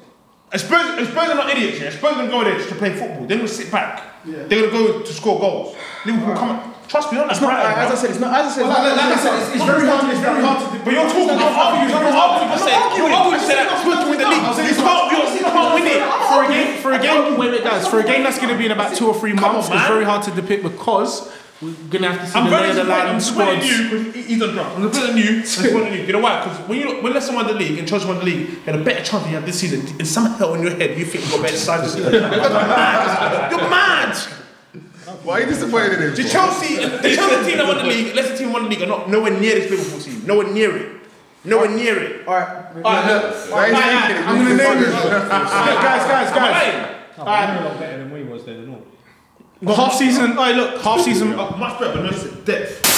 And Spurs, and Spurs are not idiots. Yeah? Spurs gonna go there just to play football. They're gonna sit back. Yeah. They're gonna go to score goals. Liverpool come. Trust me, on that. It's not, as I said, it's not, as I said, Well, like, like I said, it's, it's very hard. It's very hard to. But you're talking It's not- about arguing. You're arguing. I'm not You're arguing. arguing. You're arguing. Say that Spurs to win the league. I'm saying You it's can't. not- You obviously can't win it. For a game, for a game, wait, wait, guys. For a game that's going to be in about two or three months, it's very hard to depict because we're going to have to see I'm the lay very of the disappointed. I'm land disappointed in squads. you because he- he's on drugs. I'm disappointed in you. I'm disappointed in you. You know why? Because when you look, when Leicester won the league and Chelsea won the league, you had a better chance than you had this season. And somehow in your head, you think you got better side this season. You're mad. You're mad. Why are you disappointed in him? The for? Chelsea, the Chelsea team that won the league, Leicester team won the league, are not nowhere near this Liverpool team. Nowhere near it. Nowhere near it. All right. All right, look. Why are you thinking it? I'm going to name this. Guys, guys, Am I guys. lying? No, they're a lot better than we was then, and all. Half season. Hey, look. Half season. Much better, but no depth.